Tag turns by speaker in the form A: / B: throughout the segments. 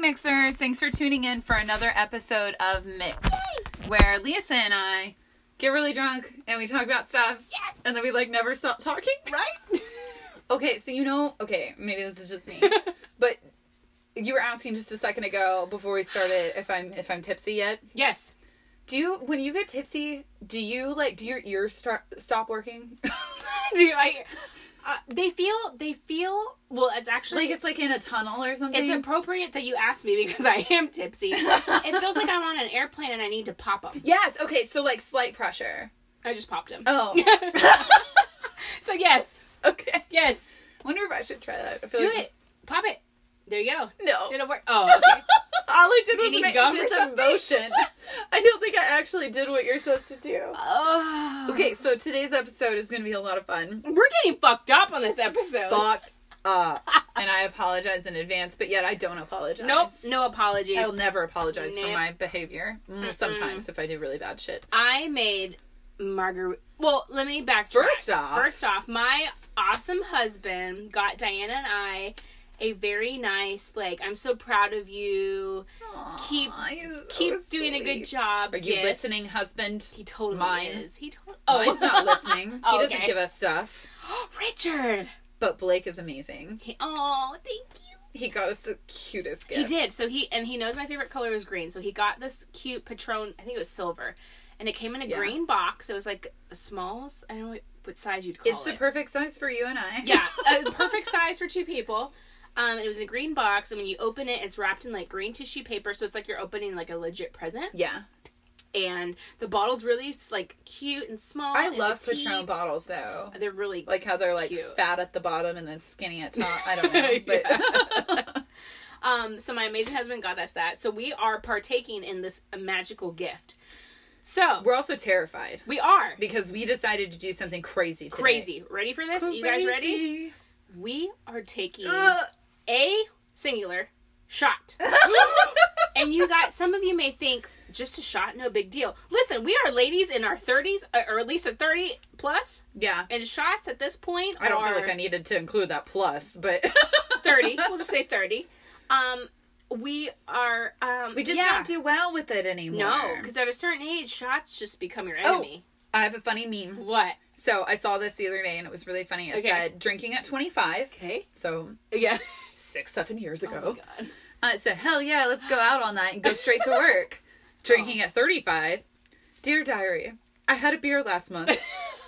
A: Mixers. Thanks for tuning in for another episode of Mix, where Lisa and I get really drunk and we talk about stuff.
B: Yes.
A: And then we like never stop talking.
B: Right?
A: Okay, so you know, okay, maybe this is just me, but you were asking just a second ago before we started if I'm if I'm tipsy yet.
B: yes.
A: Do you when you get tipsy, do you like do your ears start stop working? do you like
B: Uh, they feel. They feel. Well, it's actually.
A: like it's like in a tunnel or something?
B: it's appropriate that you asked me because I am tipsy. it feels like I'm on an airplane and I need to pop them.
A: yes. Okay, so like slight pressure.
B: I just popped them.
A: Oh,
B: so yes,
A: okay.
B: yes,
A: Wonder if I should try that. I feel
B: do
A: like
B: it. Pop it. There you go.
A: No.
B: Did it work? Oh, okay.
A: All I did
B: Do you
A: was
B: need
A: make
B: gum
A: did
B: or
A: the motion. I don't think I actually did what you're supposed to do.
B: oh.
A: Okay, so today's episode is gonna be a lot of fun.
B: We're getting fucked up on this episode.
A: Fucked up. And I apologize in advance, but yet I don't apologize.
B: Nope. No apologies.
A: I'll never apologize for
B: Nope.
A: my behavior. Mm, Sometimes if I do really bad shit.
B: I made margarita. Well, let me backtrack.
A: First off-
B: first off, my awesome husband got Diana and I a very nice like I'm so proud of you. Keep-
A: Aw, you're so
B: Keep doing a
A: sweet.
B: good job.
A: Are you
B: gift.
A: listening, husband?
B: He totally
A: Mine.
B: is. He totally.
A: Oh, it's not listening.
B: Oh,
A: he doesn't
B: okay.
A: give us stuff.
B: oh, Richard.
A: But Blake is amazing.
B: He, oh, thank you.
A: He got us the cutest gift.
B: He did. So he and he knows my favorite color is green. So he got this cute Patron. I think it was silver, and it came in a
A: Yeah.
B: green box. It was like a small. s- I don't know what, what size you'd call
A: It's
B: it.
A: the perfect size for you and I.
B: yeah, a perfect size for two people. Um, it was in a green box, and when you open it, it's wrapped in like green tissue paper, so it's like you're opening like a legit present.
A: yeah.
B: And the bottle's really like cute and small.
A: I
B: and
A: love
B: petite.
A: Patron bottles though.
B: They're really
A: Like how they're like
B: Cute.
A: fat at the bottom and then skinny at top. I don't know, but
B: Um, so my amazing husband got us that. So we are partaking in this uh, magical gift. So
A: we're also terrified
B: we are
A: because we decided to do something crazy today.
B: crazy. Ready for this? You guys ready?
A: Crazy.
B: We are taking
A: Ugh.
B: a singular shot. and you got some of you may think just a shot, no big deal. Listen, we are ladies in our thirties, uh, or at least a thirty plus,
A: yeah.
B: and shots at this point.
A: I don't feel
B: are-
A: like I needed to include that plus, but
B: 30. We'll just say 30. Um, we are, um,
A: we just
B: yeah.
A: don't do well with it anymore.
B: No, because at a certain age, shots just become your
A: Oh.
B: enemy.
A: I have a funny meme.
B: What?
A: So I saw this the other day and it was really funny. It
B: Okay.
A: said drinking at 25.
B: Okay.
A: So
B: Yeah.
A: six, seven years
B: Oh,
A: ago.
B: my God.
A: I said, hell yeah, let's go out all night and go straight to work. Drinking at 35. Dear diary, I had a beer last month.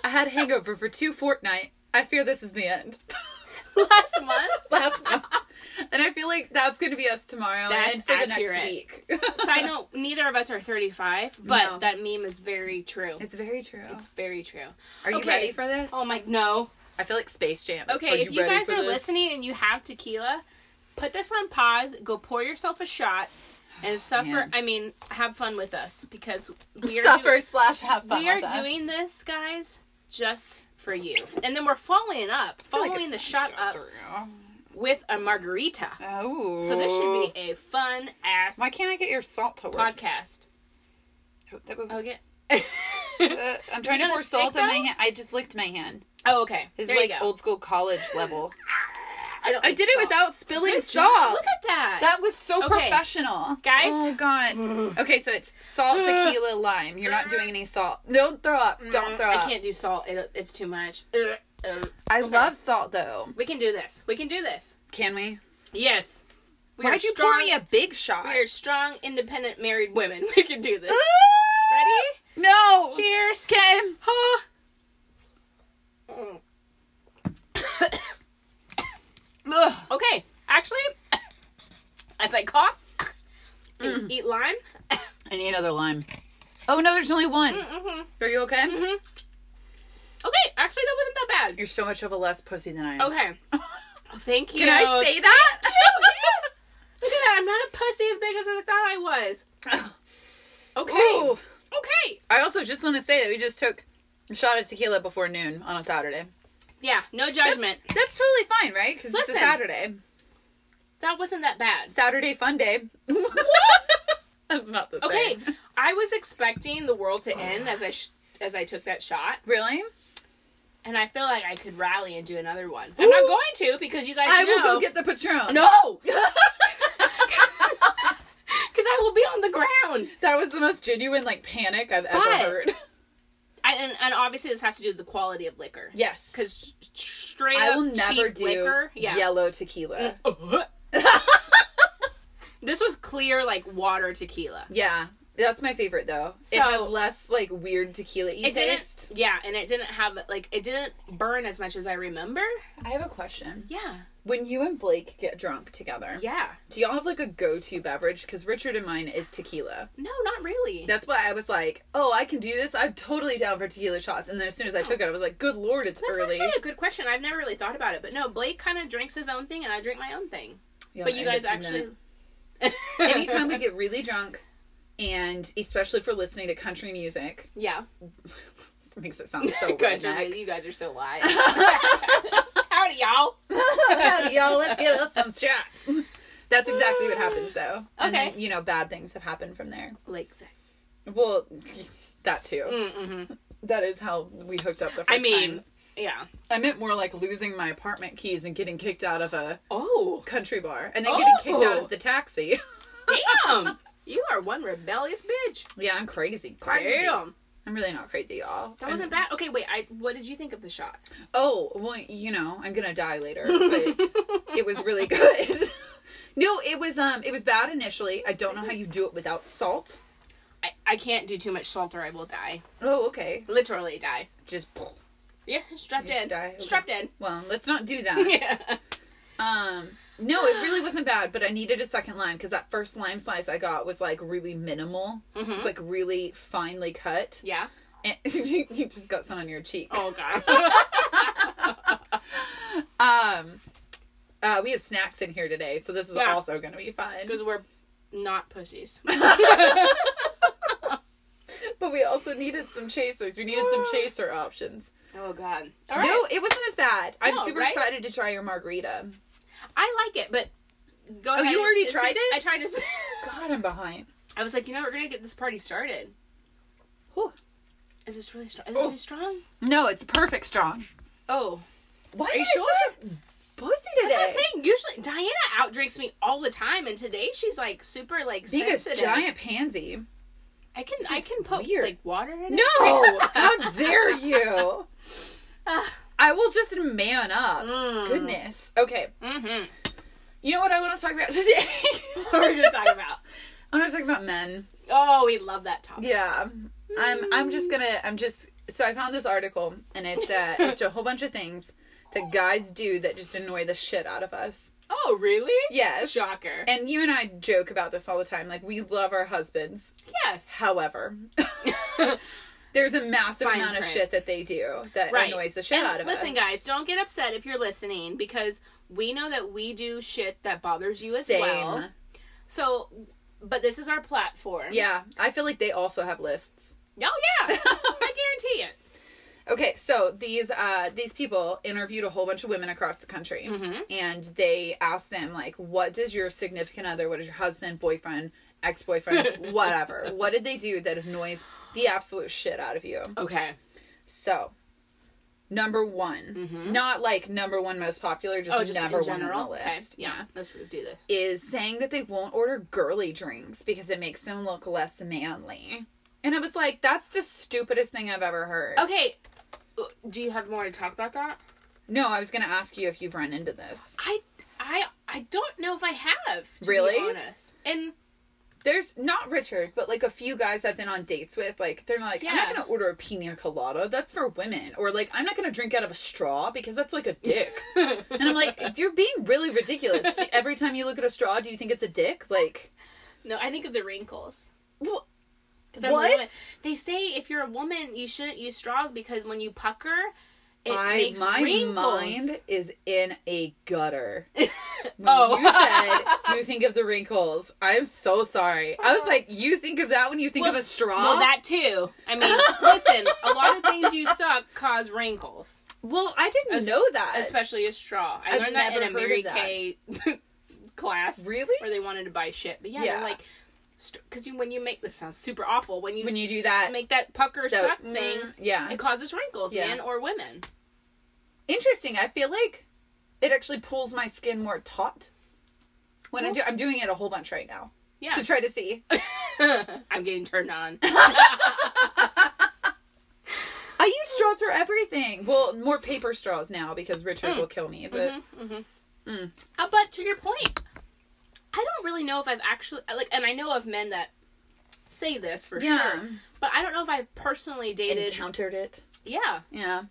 A: I had a hangover for two fortnight. I fear this is the end.
B: Last month.
A: last month. And I feel like that's going to be us tomorrow
B: That's
A: and for the next
B: accurate.
A: week.
B: Side note, neither of us are 35, but
A: No.
B: that meme is very true. It's,
A: it's very true.
B: very true.
A: Are you
B: okay.
A: ready for this?
B: Oh, my, no.
A: I feel like Space Jam.
B: Okay, if you
A: ready
B: guys
A: for
B: are
A: this?
B: listening and you have tequila, put this on pause, go pour yourself a shot, and suffer.
A: Man.
B: I mean, have fun with us because we are
A: suffer
B: doing-
A: slash have fun.
B: we are
A: with us.
B: doing this, guys, just for you. And then we're following up,
A: I feel like
B: following the
A: it's
B: shot
A: just
B: up
A: right
B: with a margarita.
A: now. Oh.
B: So this should be a fun ass
A: Why can't I get your salt to work?
B: podcast. Oh,
A: That would-
B: Okay.
A: Uh, I'm
B: it
A: trying to
B: gonna
A: pour salt
B: stick,
A: on my
B: though?
A: hand. I just licked my hand.
B: oh, okay.
A: This
B: there
A: is like
B: you go.
A: old school college level.
B: I, don't like salt.
A: spilling
B: Good job. Look at that.
A: That was so
B: Okay.
A: professional,
B: Guys.
A: Oh god. okay, so it's salt, tequila, lime. You're not doing any salt. Don't throw up. Don't throw up.
B: I can't do salt. It, it's too much. Ugh.
A: I
B: Okay.
A: love salt though.
B: We can do this. We can do this.
A: Can we?
B: Yes. We
A: Why'd
B: are
A: you
B: strong,
A: pour me a big shot?
B: We are strong, independent, married women. We can do this. Ready?
A: No.
B: Cheers.
A: Kim.
B: Huh. Mm.
A: Ugh.
B: Okay. Actually, as I cough and eat lime.
A: I need another lime. Oh no, there's only one.
B: Mm-hmm.
A: Are you okay?
B: Mm-hmm. Okay. Actually, that wasn't that
A: You're so much of a less pussy than I am.
B: bad. Okay. Thank you.
A: Can I say that?
B: Look at that. I'm not a pussy as big as I thought I was. Okay.
A: Ooh.
B: Okay.
A: I also just want to say that we just took a shot of tequila before noon on a Saturday.
B: Yeah. No judgment.
A: That's, that's totally fine, right? Because it's a
B: Listen.
A: Saturday.
B: That wasn't that bad.
A: Saturday fun day. that's not the same.
B: Okay, I was expecting the world to end as I sh- as I took that shot,
A: Really?
B: and I feel like I could rally and do another one. I'm not
A: Ooh.
B: going to because you guys.
A: I
B: know.
A: will go get the Patron.
B: No. will be on the ground.
A: That was the most genuine like panic I've
B: But-
A: ever heard.
B: I, and, and obviously, this has to do with the quality of liquor.
A: Yes,
B: Because straight
A: I
B: up
A: will never
B: cheap
A: do
B: liquor. Yeah. Mm.
A: yellow tequila.
B: this was clear, like water tequila.
A: Yeah, that's my favorite though.
B: So-
A: it has less like weird tequila
B: It
A: taste.
B: didn't. Yeah, and it didn't have like it didn't burn as much as I remember.
A: I have a question.
B: Yeah.
A: When you and Blake get drunk together,
B: Yeah.
A: do y'all have like a go-to beverage? Because Richard and mine is tequila.
B: No, not really.
A: That's why I was like, "Oh, I can do this. I'm totally down for tequila shots." And then as soon as I took it, I was like, "Good lord, it's
B: That's
A: early."
B: actually a good question. I've never really thought about it, but no, Blake kind of drinks his own thing, and I drink my own thing.
A: Y'all
B: but
A: end
B: you
A: up
B: guys
A: in that.
B: actually,
A: anytime we get really drunk, and especially if we're listening to country music,
B: yeah,
A: it makes it sound so
B: Good,
A: redneck.
B: Julie, you guys are so live. Howdy, y'all.
A: Howdy, y'all, let's get us some shots. That's exactly what happens, though. And
B: Okay.
A: then, you know, bad things have happened from there.
B: Like,
A: Well, that too.
B: mm-hmm.
A: That is how we hooked up the first
B: I mean,
A: time.
B: yeah.
A: I meant more like losing my apartment keys and getting kicked out of a
B: Oh,
A: country bar, and then getting kicked out
B: Oh.
A: of the taxi.
B: damn! you are one rebellious bitch.
A: yeah, I'm crazy. Crazy.
B: Damn,
A: I'm really not crazy, y'all.
B: that
A: I'm-
B: wasn't bad. Okay, wait. I what did you think of the shot?
A: Oh, well, you know, I'm gonna die later, but it was really good. no, it was um it was bad initially. I don't know how you do it without salt.
B: I, I can't do too much salt or I will die.
A: Oh, okay.
B: Literally die.
A: Just
B: Yeah, strapped
A: Just
B: in.
A: die, okay.
B: Strapped in.
A: well, let's not do that.
B: Yeah.
A: Um no, it really wasn't bad, but I needed a second lime because that first lime slice I got was like really minimal. It's like really finely cut.
B: Yeah.
A: And you just got some on your cheek.
B: Oh god.
A: Um uh, we have snacks in here today, so this is
B: Yeah.
A: also going to be fun.
B: Because we're not pussies.
A: But we also needed some chasers. We needed some chaser options.
B: Oh god. All right.
A: No, it wasn't as bad. I'm
B: No,
A: super
B: right?
A: excited to try your margarita.
B: I like it, but go ahead.
A: you already
B: It's-
A: tried it?
B: I Oh, tried to.
A: God, I'm behind.
B: I was like, you know, we're gonna get this party started.
A: Whew.
B: Is this really strong? Is this
A: Oh.
B: too strong?
A: No, it's perfect strong.
B: Oh,
A: Why
B: Are you
A: I such a pussy
B: that's what I'm saying. Usually, Diana outdrinks me all the time, and today she's like super like
A: Being a
B: sensitive.
A: giant pansy.
B: I can
A: This
B: I
A: is
B: can put
A: weird.
B: like water in
A: No!
B: it.
A: How dare you? I will just man up.
B: Mm.
A: Goodness. Okay.
B: Mm-hmm.
A: You know what I want to talk about today?
B: What are we gonna talk about?
A: I want to talk about men.
B: Oh, we love that topic.
A: Yeah. I'm I'm just gonna I'm just so I found this article and it's uh it's a whole bunch of things that guys do that just annoy the shit out of us.
B: Oh, really?
A: Yes.
B: Shocker.
A: And you and I joke about this all the time. Like we love our husbands.
B: yes.
A: However, there's a massive
B: Fine
A: amount of
B: print.
A: shit that they do that
B: Right.
A: annoys the shit
B: And
A: out of
B: listen,
A: us.
B: guys, don't get upset if you're listening because we know that we do shit that bothers you as
A: Same.
B: well. So, but this is our platform.
A: Yeah, I feel like they also have lists.
B: Oh yeah. I guarantee it.
A: Okay, so these uh these people interviewed a whole bunch of women across the country
B: Mhm.
A: and they asked them like what does your significant other, what is your husband, boyfriend, ex-boyfriend, whatever. What did they do that annoys the absolute shit out of you?
B: Okay.
A: So, number one, not like number one most popular, just,
B: Mm-hmm. Oh, just
A: number
B: in
A: one
B: general.
A: on the list.
B: Okay. Yeah. Let's do this.
A: Is saying that they won't order girly drinks because it makes them look less manly. And I was like, that's the stupidest thing I've ever heard.
B: Okay. uh, Do you have more to talk about that?
A: No, I was going to ask you if you've run into this.
B: I I I don't know if I have. To
A: Really?
B: Be honest. And
A: There's not Richard, but like a few guys I've been on dates with, like, they're like, I'm
B: Yeah.
A: not going to order a pina colada. That's for women. Or like, I'm not going to drink out of a straw because that's like a dick. and I'm like, you're being really ridiculous. Every time you look at a straw, do you think it's a dick? Like,
B: no, I think of the wrinkles.
A: Well,
B: 'Cause I'm a
A: What?
B: woman. They say if you're a woman, you shouldn't use straws because when you pucker, it
A: I,
B: makes
A: my
B: wrinkles.
A: mind is in a gutter. When
B: Oh.
A: you said you think of the wrinkles. I'm so sorry. I was like, you think of that when you think
B: Oh. Well-
A: of a straw.
B: Well, that too. I mean, listen, a lot of things you suck cause wrinkles,
A: Well, I didn't
B: As-
A: know that.
B: especially a straw. I
A: I've
B: learned that in a
A: never heard
B: Mary
A: of that.
B: Kay class
A: really?
B: where they wanted to buy shit. But yeah, they're
A: Yeah.
B: like, because you when you make this sounds super awful when you
A: When you do
B: s-
A: that-
B: make that pucker
A: So-
B: suck
A: mm,
B: thing,
A: Yeah.
B: it causes wrinkles,
A: Yeah.
B: men or women.
A: Interesting. I feel like it actually pulls my skin more taut when I
B: Well-
A: do. I'm doing it a whole bunch right now.
B: Yeah.
A: to try to see.
B: I'm getting turned on.
A: I use straws for everything. Well, more paper straws now because Richard will kill me. But mm-hmm.
B: Uh, but to your point, I don't really know if I've actually like, and I know of men that say this for
A: Yeah.
B: sure, but I don't know if I've personally dated.
A: encountered it.
B: Yeah.
A: Yeah.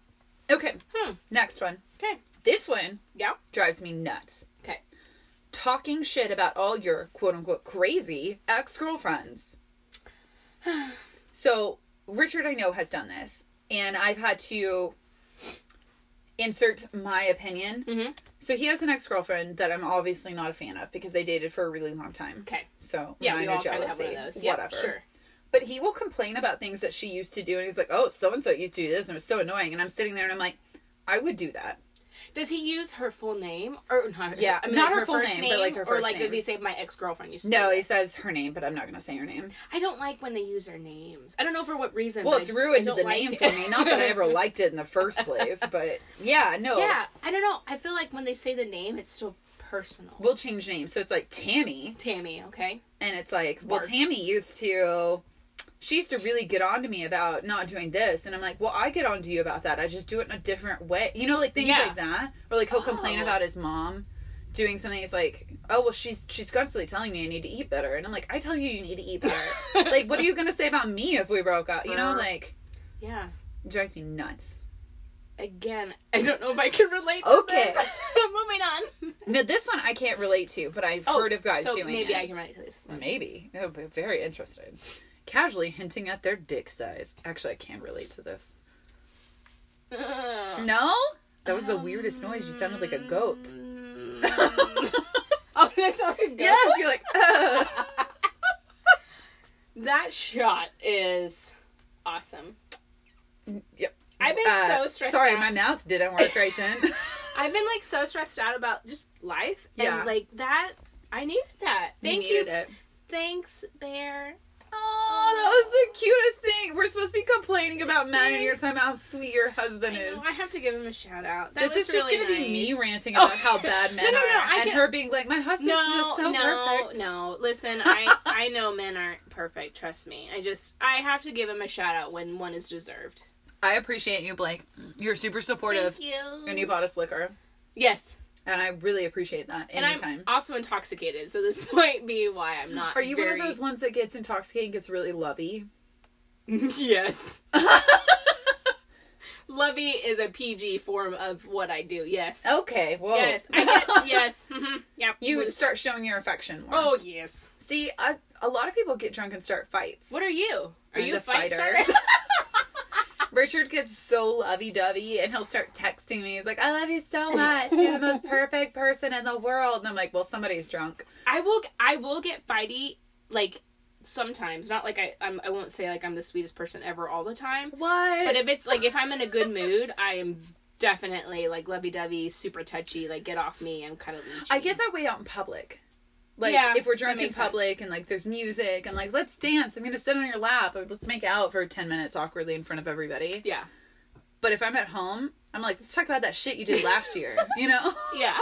A: Okay.
B: Hmm.
A: Next one.
B: Okay.
A: This one
B: Yeah.
A: drives me nuts.
B: Okay.
A: Talking shit about all your quote unquote crazy ex girlfriends. so, Richard, I know, has done this, and I've had to insert my opinion.
B: Mhm.
A: So, he has an ex girlfriend that I'm obviously not a fan of because they dated for a really long time.
B: Okay.
A: So,
B: Yeah, we
A: minor
B: all kind of have one
A: jealousy,
B: of those. Yeah.
A: whatever.
B: Sure.
A: But he will complain about things that she used to do, and he's like, oh, so and so used to do this, and it was so annoying. And I'm sitting there and I'm like, I would do that.
B: Does he use her full name or not?
A: Yeah,
B: I mean,
A: not
B: like,
A: her full
B: first
A: name, but, like, her
B: Or
A: first
B: like, does
A: name.
B: he say my ex girlfriend used to?
A: No,
B: do
A: he
B: this"?
A: says her name, but I'm not going to say her name.
B: I don't like when they use their names. I don't know for what reason.
A: Well,
B: but
A: it's
B: I- I
A: ruined
B: don't
A: the
B: like
A: name
B: it.
A: for me. Not that I ever liked it in the first place, but yeah, no.
B: yeah, I don't know. I feel like when they say the name, it's so personal.
A: We'll change names. So it's like Tammy,
B: Tammy, okay.
A: and it's like, well,
B: Mark.
A: Tammy used to. She used to really get on to me about not doing this, and I'm like, well, I get on to you about that. I just do it in a different way, you know, like things
B: Yeah.
A: like that. Or like he'll complain
B: Oh.
A: about his mom doing something. He's like, oh well, she's she's constantly telling me I need to eat better, and I'm like, I tell you you need to eat better. like, what are you gonna say about me if we broke up? You know,
B: Uh-huh.
A: like
B: Yeah.
A: it drives me nuts.
B: Again, I don't know if I can relate.
A: Okay.
B: To this. Moving on.
A: No, this one I can't relate to, but I've heard of guys
B: Oh, so
A: doing
B: maybe
A: it.
B: I can relate to this. One.
A: Maybe. That would be very interested. Casually hinting at their dick size. Actually, I can relate to this.
B: Ugh.
A: No? That was the weirdest noise. You sounded like a goat.
B: oh, that's not a goat.
A: yes, you're like, "Ugh."
B: That shot is awesome.
A: Yep.
B: I've been
A: Uh,
B: so stressed
A: Sorry,
B: out.
A: my mouth didn't work right then.
B: I've been like so stressed out about just life.
A: Yeah.
B: And like that, I needed that. Thank you.
A: needed it.
B: Thanks, Bear.
A: Oh, that was the cutest thing. We're supposed to be complaining about Matt and you're talking about how sweet your husband
B: I,
A: is.
B: know, I have to give him a shout out. That
A: This
B: was
A: is just
B: really
A: gonna be
B: nice.
A: me ranting
B: Oh.
A: about how bad men
B: No, no, no,
A: are,
B: I
A: and
B: get-
A: her being like, "My husband's
B: No,
A: so
B: no,
A: perfect."
B: no. Listen, I I know men aren't perfect. Trust me. I just I have to give him a shout out when one is deserved.
A: I appreciate you, Blake. You're super supportive,
B: Thank you.
A: and you bought us liquor,
B: yes,
A: and I really appreciate that.
B: and
A: Anytime.
B: I'm also intoxicated, so this might be why I'm not.
A: Are you
B: very...
A: one of those ones that gets intoxicated and gets really lovey?
B: yes. Lovey is a PG form of what I do. Yes.
A: Okay, well,
B: Yes. I get. yes. hmm Yep.
A: Oh. you
B: Would-
A: would start showing your affection more.
B: Oh yes.
A: see, I, a lot of people get drunk and start fights.
B: What are you? Are
A: I'm
B: you
A: the
B: a fight
A: fighter.
B: starter?
A: Richard gets so lovey-dovey, and he'll start texting me. He's like, "I love you so much. You're the most perfect person in the world." And I'm like, "Well, somebody's drunk."
B: I will I will get fighty like sometimes. Not like I I'm, I won't say like I'm the sweetest person ever all the time.
A: What?
B: But if it's like if I'm in a good mood, I am definitely like lovey dovey, super touchy, like get off me. I'm kind of leechy.
A: I get that way out in public. Like
B: Yeah,
A: if we're
B: that
A: drunk in
B: makes sense.
A: public and like there's music and like let's dance, I'm gonna sit on your lap or let's make out for ten minutes awkwardly in front of everybody.
B: yeah
A: But if I'm at home, I'm like let's talk about that shit you did last year, you know.
B: yeah.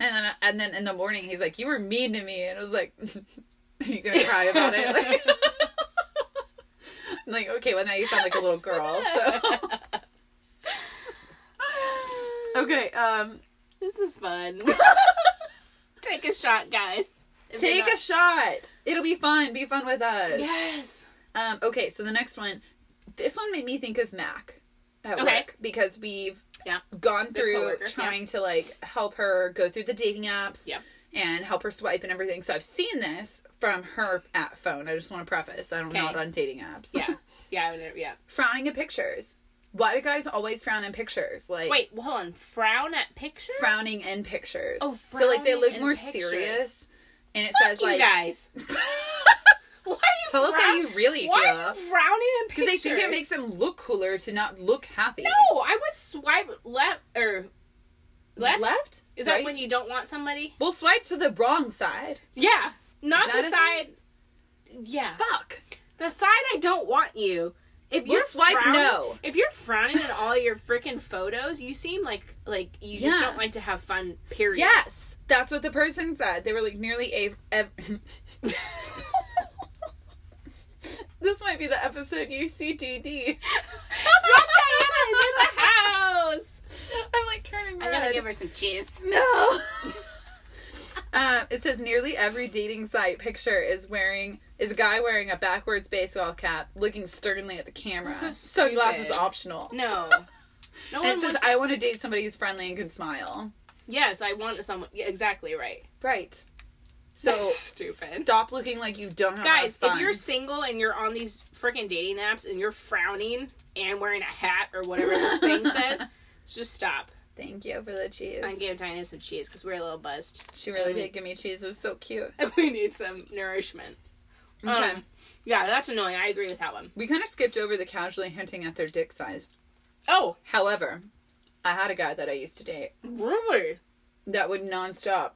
A: And then and then in the morning he's like you were mean to me, and I was like, are you gonna cry about it? Like, I'm like okay, well now you sound like a little girl. So okay, um,
B: This is fun. Take a shot, guys. If you're
A: take a
B: not-
A: shot. It'll be fun. Be fun with us.
B: yes.
A: Um, okay, so the next one, this one made me think of Mac at
B: Okay.
A: work because we've
B: Yeah.
A: gone through
B: coworker, yeah.
A: trying to like help her go through the dating apps
B: Yeah.
A: and help her swipe and everything. So I've seen this from her at phone. I just want to preface I'm
B: Okay.
A: not on dating apps.
B: Yeah. Yeah. I would never- Yeah.
A: frowning at pictures. Why do guys always frown in pictures? Like
B: Wait. Well, hold on. Frown at pictures.
A: frowning in pictures.
B: Oh,
A: so like they
B: frowning
A: look
B: in
A: more
B: pictures.
A: serious. And it
B: Fuck
A: says
B: you
A: like
B: guys. Why are you?
A: tell us how
B: frown-
A: you really
B: Why
A: feel.
B: are you frowning in
A: Because they
B: pictures?
A: think it makes them look cooler to not look happy.
B: No, I would swipe left or left.
A: Left?
B: Is that
A: Right?
B: when you don't want somebody?
A: We'll swipe to the wrong side.
B: Yeah, not
A: Is that
B: the
A: a
B: side. Yeah,
A: Fuck.
B: the side I don't want you. If
A: We'll
B: you're
A: swipe
B: frowning,
A: no.
B: If you're frowning at all your freaking photos, you seem like like you just
A: Yeah.
B: don't like to have fun. Period.
A: Yes, that's what the person said. They were like nearly a. ev- this might be the episode UCDD.
B: Drunk Diana is in the house.
A: I'm like turning
B: I'm
A: red.
B: gonna give her some cheese.
A: No. um, it says nearly every dating site picture is wearing is a guy wearing a backwards baseball cap, looking sternly at the camera.
B: That's so
A: Sunglasses
B: stupid.
A: optional.
B: No. No
A: And
B: one
A: it says,
B: wants.
A: "I want to date somebody who's friendly and can smile."
B: yes, I want someone. Yeah, exactly right.
A: Right. So
B: That's stupid.
A: Stop looking like you don't have
B: Guys,
A: fun.
B: if you're single and you're on these freaking dating apps and you're frowning and wearing a hat or whatever this thing says, just stop.
A: Thank you for the cheese.
B: I gave Diana some cheese because we're a little buzzed.
A: She really
B: Okay.
A: did give me cheese. It was so cute.
B: And we need some nourishment.
A: Okay.
B: Um, yeah, that's annoying. I agree with that one.
A: we kind of skipped over the casually hinting at their dick size.
B: Oh,
A: However, I had a guy that I used to date
B: really?
A: that would nonstop,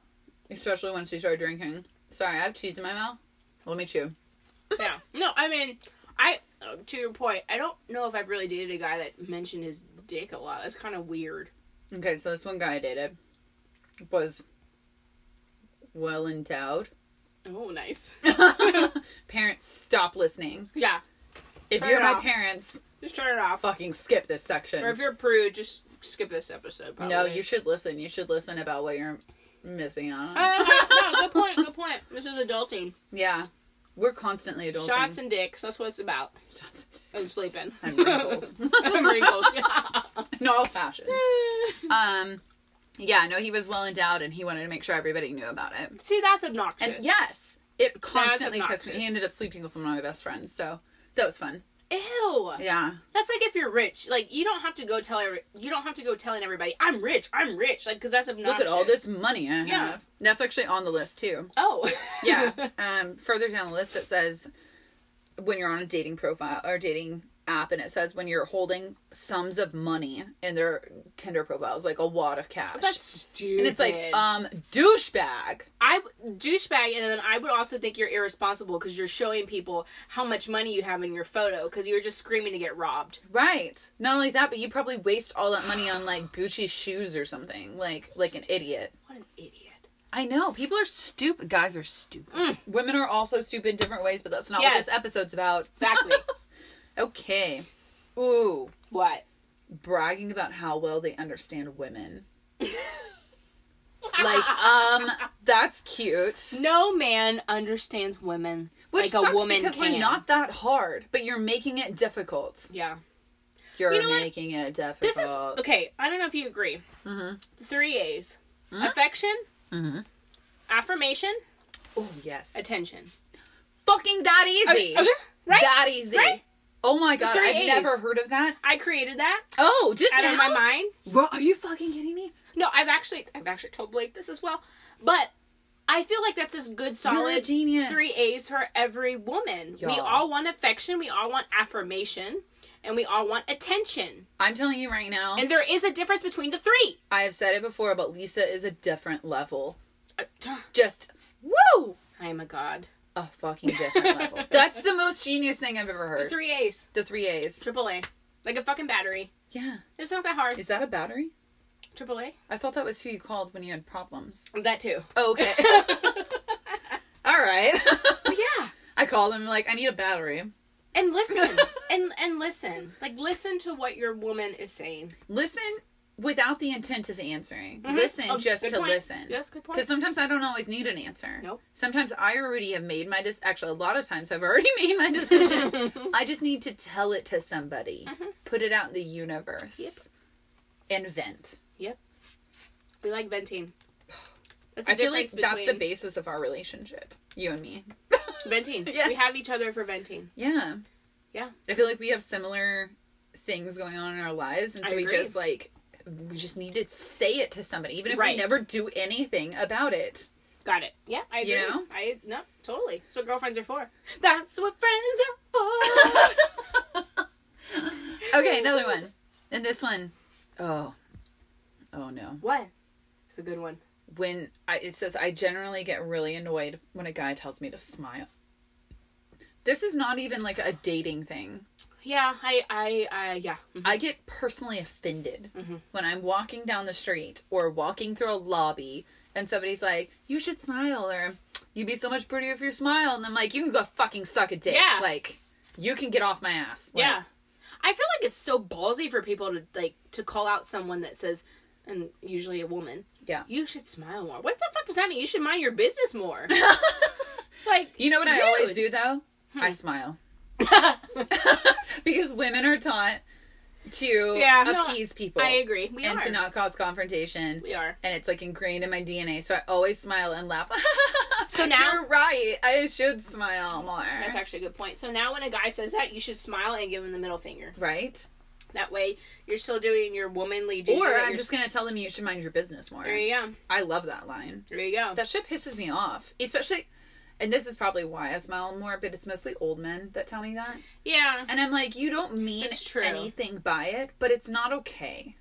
A: especially once we started drinking. Sorry, I have cheese in my mouth. Let me chew.
B: yeah. No, I mean, I uh, to your point, I don't know if I've really dated a guy that mentioned his dick a lot. That's kind of weird.
A: Okay, so this one guy I dated was well endowed.
B: Oh, nice.
A: parents, stop listening.
B: Yeah,
A: If
B: Turn
A: you're
B: it
A: my
B: off.
A: parents,
B: just turn it off.
A: fucking skip this
B: Or if
A: section.
B: you're a prude, just skip this episode. Probably.
A: No, you should listen. You should listen about what you're missing out on.
B: Uh, no, good point. Good point. This is adulting.
A: yeah, we're constantly adulting.
B: Shots and dicks. That's what it's about.
A: Shots and
B: And
A: dicks.
B: sleeping.
A: And wrinkles.
B: And wrinkles. yeah.
A: in all fashions. Um, yeah, no, he was well endowed, and he wanted to make sure everybody knew about it.
B: See, that's
A: And
B: obnoxious.
A: yes, it constantly pissed me.
B: obnoxious.
A: He ended up sleeping with one of my best friends, so that was fun.
B: Ew.
A: Yeah,
B: That's like if you're rich. Like you don't have to go tell every, you don't have to go telling everybody I'm rich. I'm rich. Like because that's obnoxious.
A: look at all this money I have.
B: Yeah.
A: That's actually on the list too.
B: Oh.
A: Yeah. um, further down the list, it says when you're on a dating profile or dating app, and it says when you're holding sums of money in their Tinder profiles, like a wad of cash.
B: that's stupid.
A: and it's like um douchebag.
B: I douchebag, and then I would also think you're irresponsible because you're showing people how much money you have in your photo because you're just screaming to get robbed.
A: Right. Not only that, but you probably waste all that money on like Gucci shoes or something. Like like an idiot.
B: What an idiot.
A: I know. People are stupid. Guys are stupid. Mm. Women are also stupid in different ways, but that's not what
B: Yes.
A: this episode's about.
B: Exactly.
A: Okay. Ooh.
B: what?
A: Bragging about how well they understand women. like, um, that's cute.
B: No man understands women
A: Which
B: like
A: sucks
B: a woman
A: because
B: can.
A: we're not that hard, but you're making it difficult.
B: Yeah.
A: You're
B: You know what?
A: making it difficult.
B: This is okay. I don't know if you agree. Mm-hmm. Three A's:
A: Mm-hmm.
B: affection, affirmation,
A: oh yes,
B: attention.
A: fucking that easy.
B: Okay, right?
A: That easy.
B: Right?
A: Oh my god,
B: three
A: I've
B: A's.
A: never heard of that.
B: I created that
A: Oh, just
B: out
A: now?
B: of my mind.
A: Bro, are you fucking kidding me?
B: No, I've actually I've actually told Blake this as well, but I feel like that's a good
A: You're a
B: solid
A: genius.
B: three A's for every woman. We
A: Y'all.
B: all want affection. We all want affirmation, and we all want attention.
A: I'm telling you right now.
B: And there is a difference between the three.
A: I have said it before, but Lisa is a different level.
B: I-
A: Just woo,
B: I am a god.
A: a fucking different level. That's the most genius thing I've ever heard.
B: Three A's,
A: The three A's.
B: triple A, like a fucking battery.
A: Yeah.
B: It's not that hard.
A: Is that a battery?
B: Triple A.
A: I thought that was who you called when you had problems.
B: That too.
A: Oh, okay. All right.
B: But Oh, yeah.
A: I called him like I need a battery.
B: And listen. and and listen. Like listen to what your woman is saying.
A: Listen without the intent of answering. Listen
B: Oh,
A: just
B: good
A: to
B: point.
A: listen.
B: Yes, good point.
A: Because sometimes I don't always need an answer.
B: Nope.
A: Sometimes I already have made my decision. Actually, a lot of times I've already made my decision. I just need to tell it to somebody, put it out in the universe, and vent.
B: We like venting. That's
A: I feel like
B: difference
A: that's the
B: between-
A: basis of our relationship, you and me.
B: venting.
A: Yeah.
B: We have each other for venting.
A: Yeah.
B: Yeah.
A: I feel like we have similar things going on in our lives, and
B: I
A: so we
B: agree.
A: just like we just need to say it to somebody, even if
B: Right.
A: we never do anything about it.
B: Got it. Yeah, I agree.
A: You know?
B: I no, totally. That's what girlfriends are for. That's what friends are for.
A: Okay, another one. And this one, oh, oh no.
B: what? It's a good one.
A: when I, it says I generally get really annoyed when a guy tells me to smile. This is not even like a dating thing.
B: Yeah, I, I, I, yeah. Mhm.
A: I get personally offended
B: Mm-hmm.
A: when I'm walking down the street or walking through a lobby and somebody's like, "You should smile," or "You'd be so much prettier if you smiled," and I'm like, "You can go fucking suck a dick."
B: Yeah.
A: Like, you can get off my ass. Like,
B: yeah. I feel like it's so ballsy for people to like to call out someone that says, and usually a woman,
A: yeah.
B: you should smile more. What the fuck does that mean? You should mind your business more. like
A: You know what I always do
B: dude. Hmm.
A: though? I smile because women are taught to
B: Yeah, no,
A: appease people.
B: I agree. We
A: and
B: are.
A: to not cause confrontation.
B: we are.
A: and it's like ingrained in my DNA. So I always smile and laugh.
B: So now-
A: you're right. I should smile more.
B: That's actually a good point. So now when a guy says that, you should smile and give him the middle finger.
A: right.
B: That way, you're still doing your womanly duty.
A: Or
B: that
A: I'm
B: you're-
A: just gonna tell them you should mind your business more.
B: There you go.
A: I love that line.
B: There you go.
A: That shit pisses me off, especially. And this is probably why I smile more, but it's mostly old men that tell me that.
B: yeah.
A: And I'm like, you don't mean
B: It's true.
A: anything by it, but it's not okay.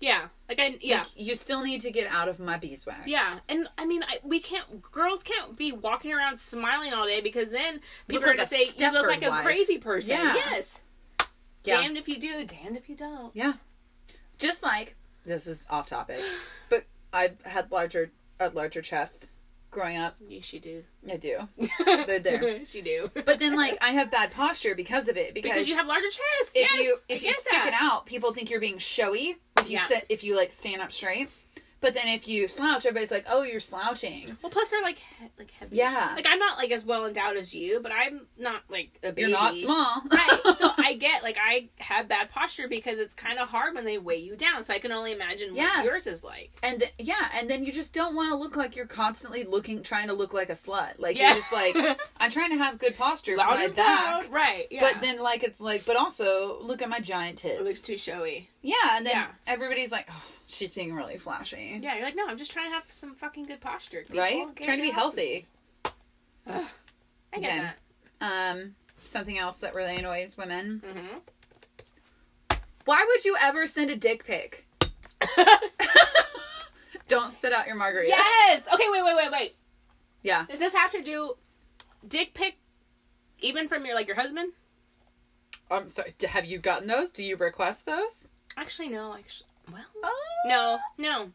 B: Yeah. Like I. Yeah.
A: Like, you still need to get out of my beeswax.
B: yeah. And I mean, I, we can't. Girls can't be walking around smiling all day because then people
A: like
B: are
A: a
B: gonna say you look
A: Stepford
B: like a
A: wife."
B: crazy person.
A: Yeah.
B: Yes.
A: Yeah.
B: Damned if you do. Damned if you don't.
A: Yeah. Just like this is off topic, but I've had larger a larger chest growing up.
B: You should do.
A: I do. They're there.
B: she do.
A: But then like I have bad posture because of it because,
B: because you have larger chest.
A: if
B: yes,
A: you
B: I
A: if you
B: get
A: stick
B: that.
A: it out, people think you're being showy if you
B: Yeah.
A: sit if you like stand up straight. But then if you slouch, everybody's like, "Oh, you're slouching."
B: Well, plus they're like he- like heavy.
A: Yeah.
B: Like I'm not like as well endowed as you, but I'm not like a baby.
A: You're not small.
B: right. So I get like I have bad posture because it's kind of hard when they weigh you down. So I can only imagine
A: Yes.
B: what yours is like.
A: And th- yeah, and then you just don't want to look like you're constantly looking, trying to look like a slut. Like
B: Yeah.
A: you're just like, I'm trying to have good posture for
B: Loud
A: my
B: and
A: back,
B: proud. Right. Yeah.
A: But then, like, it's like, but also, look at my giant
B: it
A: tits.
B: looks too showy.
A: Yeah, and then
B: Yeah.
A: everybody's like, oh, she's being really flashy.
B: Yeah. You're like, no, I'm just trying to have some fucking good posture. people.
A: right?
B: Get
A: Trying to be
B: it out.
A: healthy.
B: I get
A: Okay.
B: that.
A: Um, something else that really annoys women.
B: Mhm.
A: Why would you ever send a dick pic? Don't spit out your margarita.
B: Yes. Okay. Wait. Wait. Wait. Wait.
A: Yeah.
B: Does this have to do dick pic, even from your like your husband?
A: I'm Um, sorry. d- Have you gotten those? Do you request those?
B: Actually, no. Actually, well,
A: Oh.
B: no, no.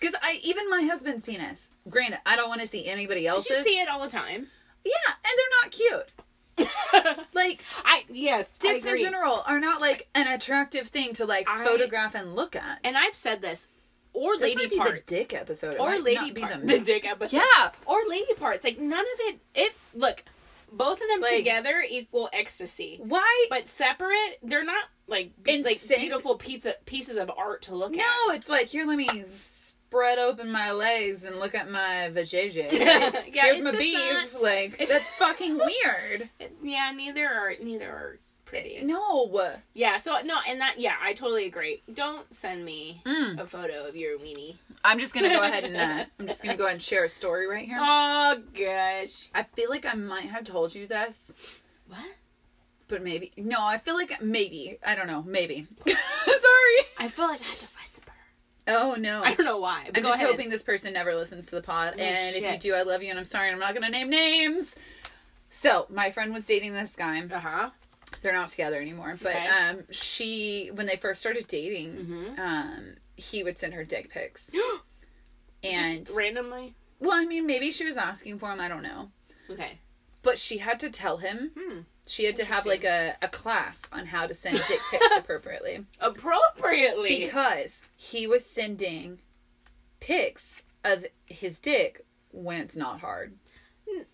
A: Because I even my husband's penis. Granted, I don't want to see anybody else's.
B: You see it all the time.
A: Yeah, and they're not cute. Like
B: I yes,
A: dicks in general are not like an attractive thing to like
B: I-
A: photograph and look at.
B: And I've said this, or
A: this
B: lady
A: might be
B: parts,
A: the dick episode, It
B: or
A: might
B: lady
A: not be
B: parts,
A: the
B: the dick episode,
A: yeah.
B: or lady parts. Like none of it. If look, both of them
A: Like-
B: together equal ecstasy,
A: Why?
B: but separate, they're not like be-
A: In
B: like
A: sync.
B: beautiful pizza pieces of art to look
A: no, it's like here. Let me spread open my legs and look at my vajayjay.
B: at.
A: Like,
B: yeah,
A: Here's
B: it's
A: my
B: just
A: beef.
B: not-
A: like
B: it's-
A: that's fucking weird.
B: yeah, neither are neither are pretty.
A: No.
B: Eh, Yeah, so no, and that yeah, I totally agree. Don't send me
A: Mm.
B: a photo of your weenie.
A: I'm just gonna go ahead and uh, I'm just gonna go ahead and share a story right here.
B: Oh gosh.
A: I feel like I might have told you this,
B: What?
A: but maybe no. I feel like maybe I don't know. Maybe. Sorry.
B: I feel like I have to whisper.
A: Oh no.
B: I don't know why. But
A: I'm
B: go
A: just
B: ahead.
A: hoping this person never listens to the pod.
B: Oh,
A: and if you
B: shit.
A: do, I love you and I'm sorry and I'm not going to name names. So, my friend was dating this guy.
B: Uh huh.
A: They're not together anymore, but
B: Okay.
A: um she when they first started dating,
B: Mhm.
A: um he would send her dick pics. And
B: Just randomly.
A: well, I mean, maybe she was asking for him, I don't know.
B: Okay.
A: But she had to tell him.
B: Hmm.
A: She had to have like a, a class on how to send dick pics appropriately
B: Appropriately.
A: because he was sending pics of his dick when it's not hard.
B: Mm.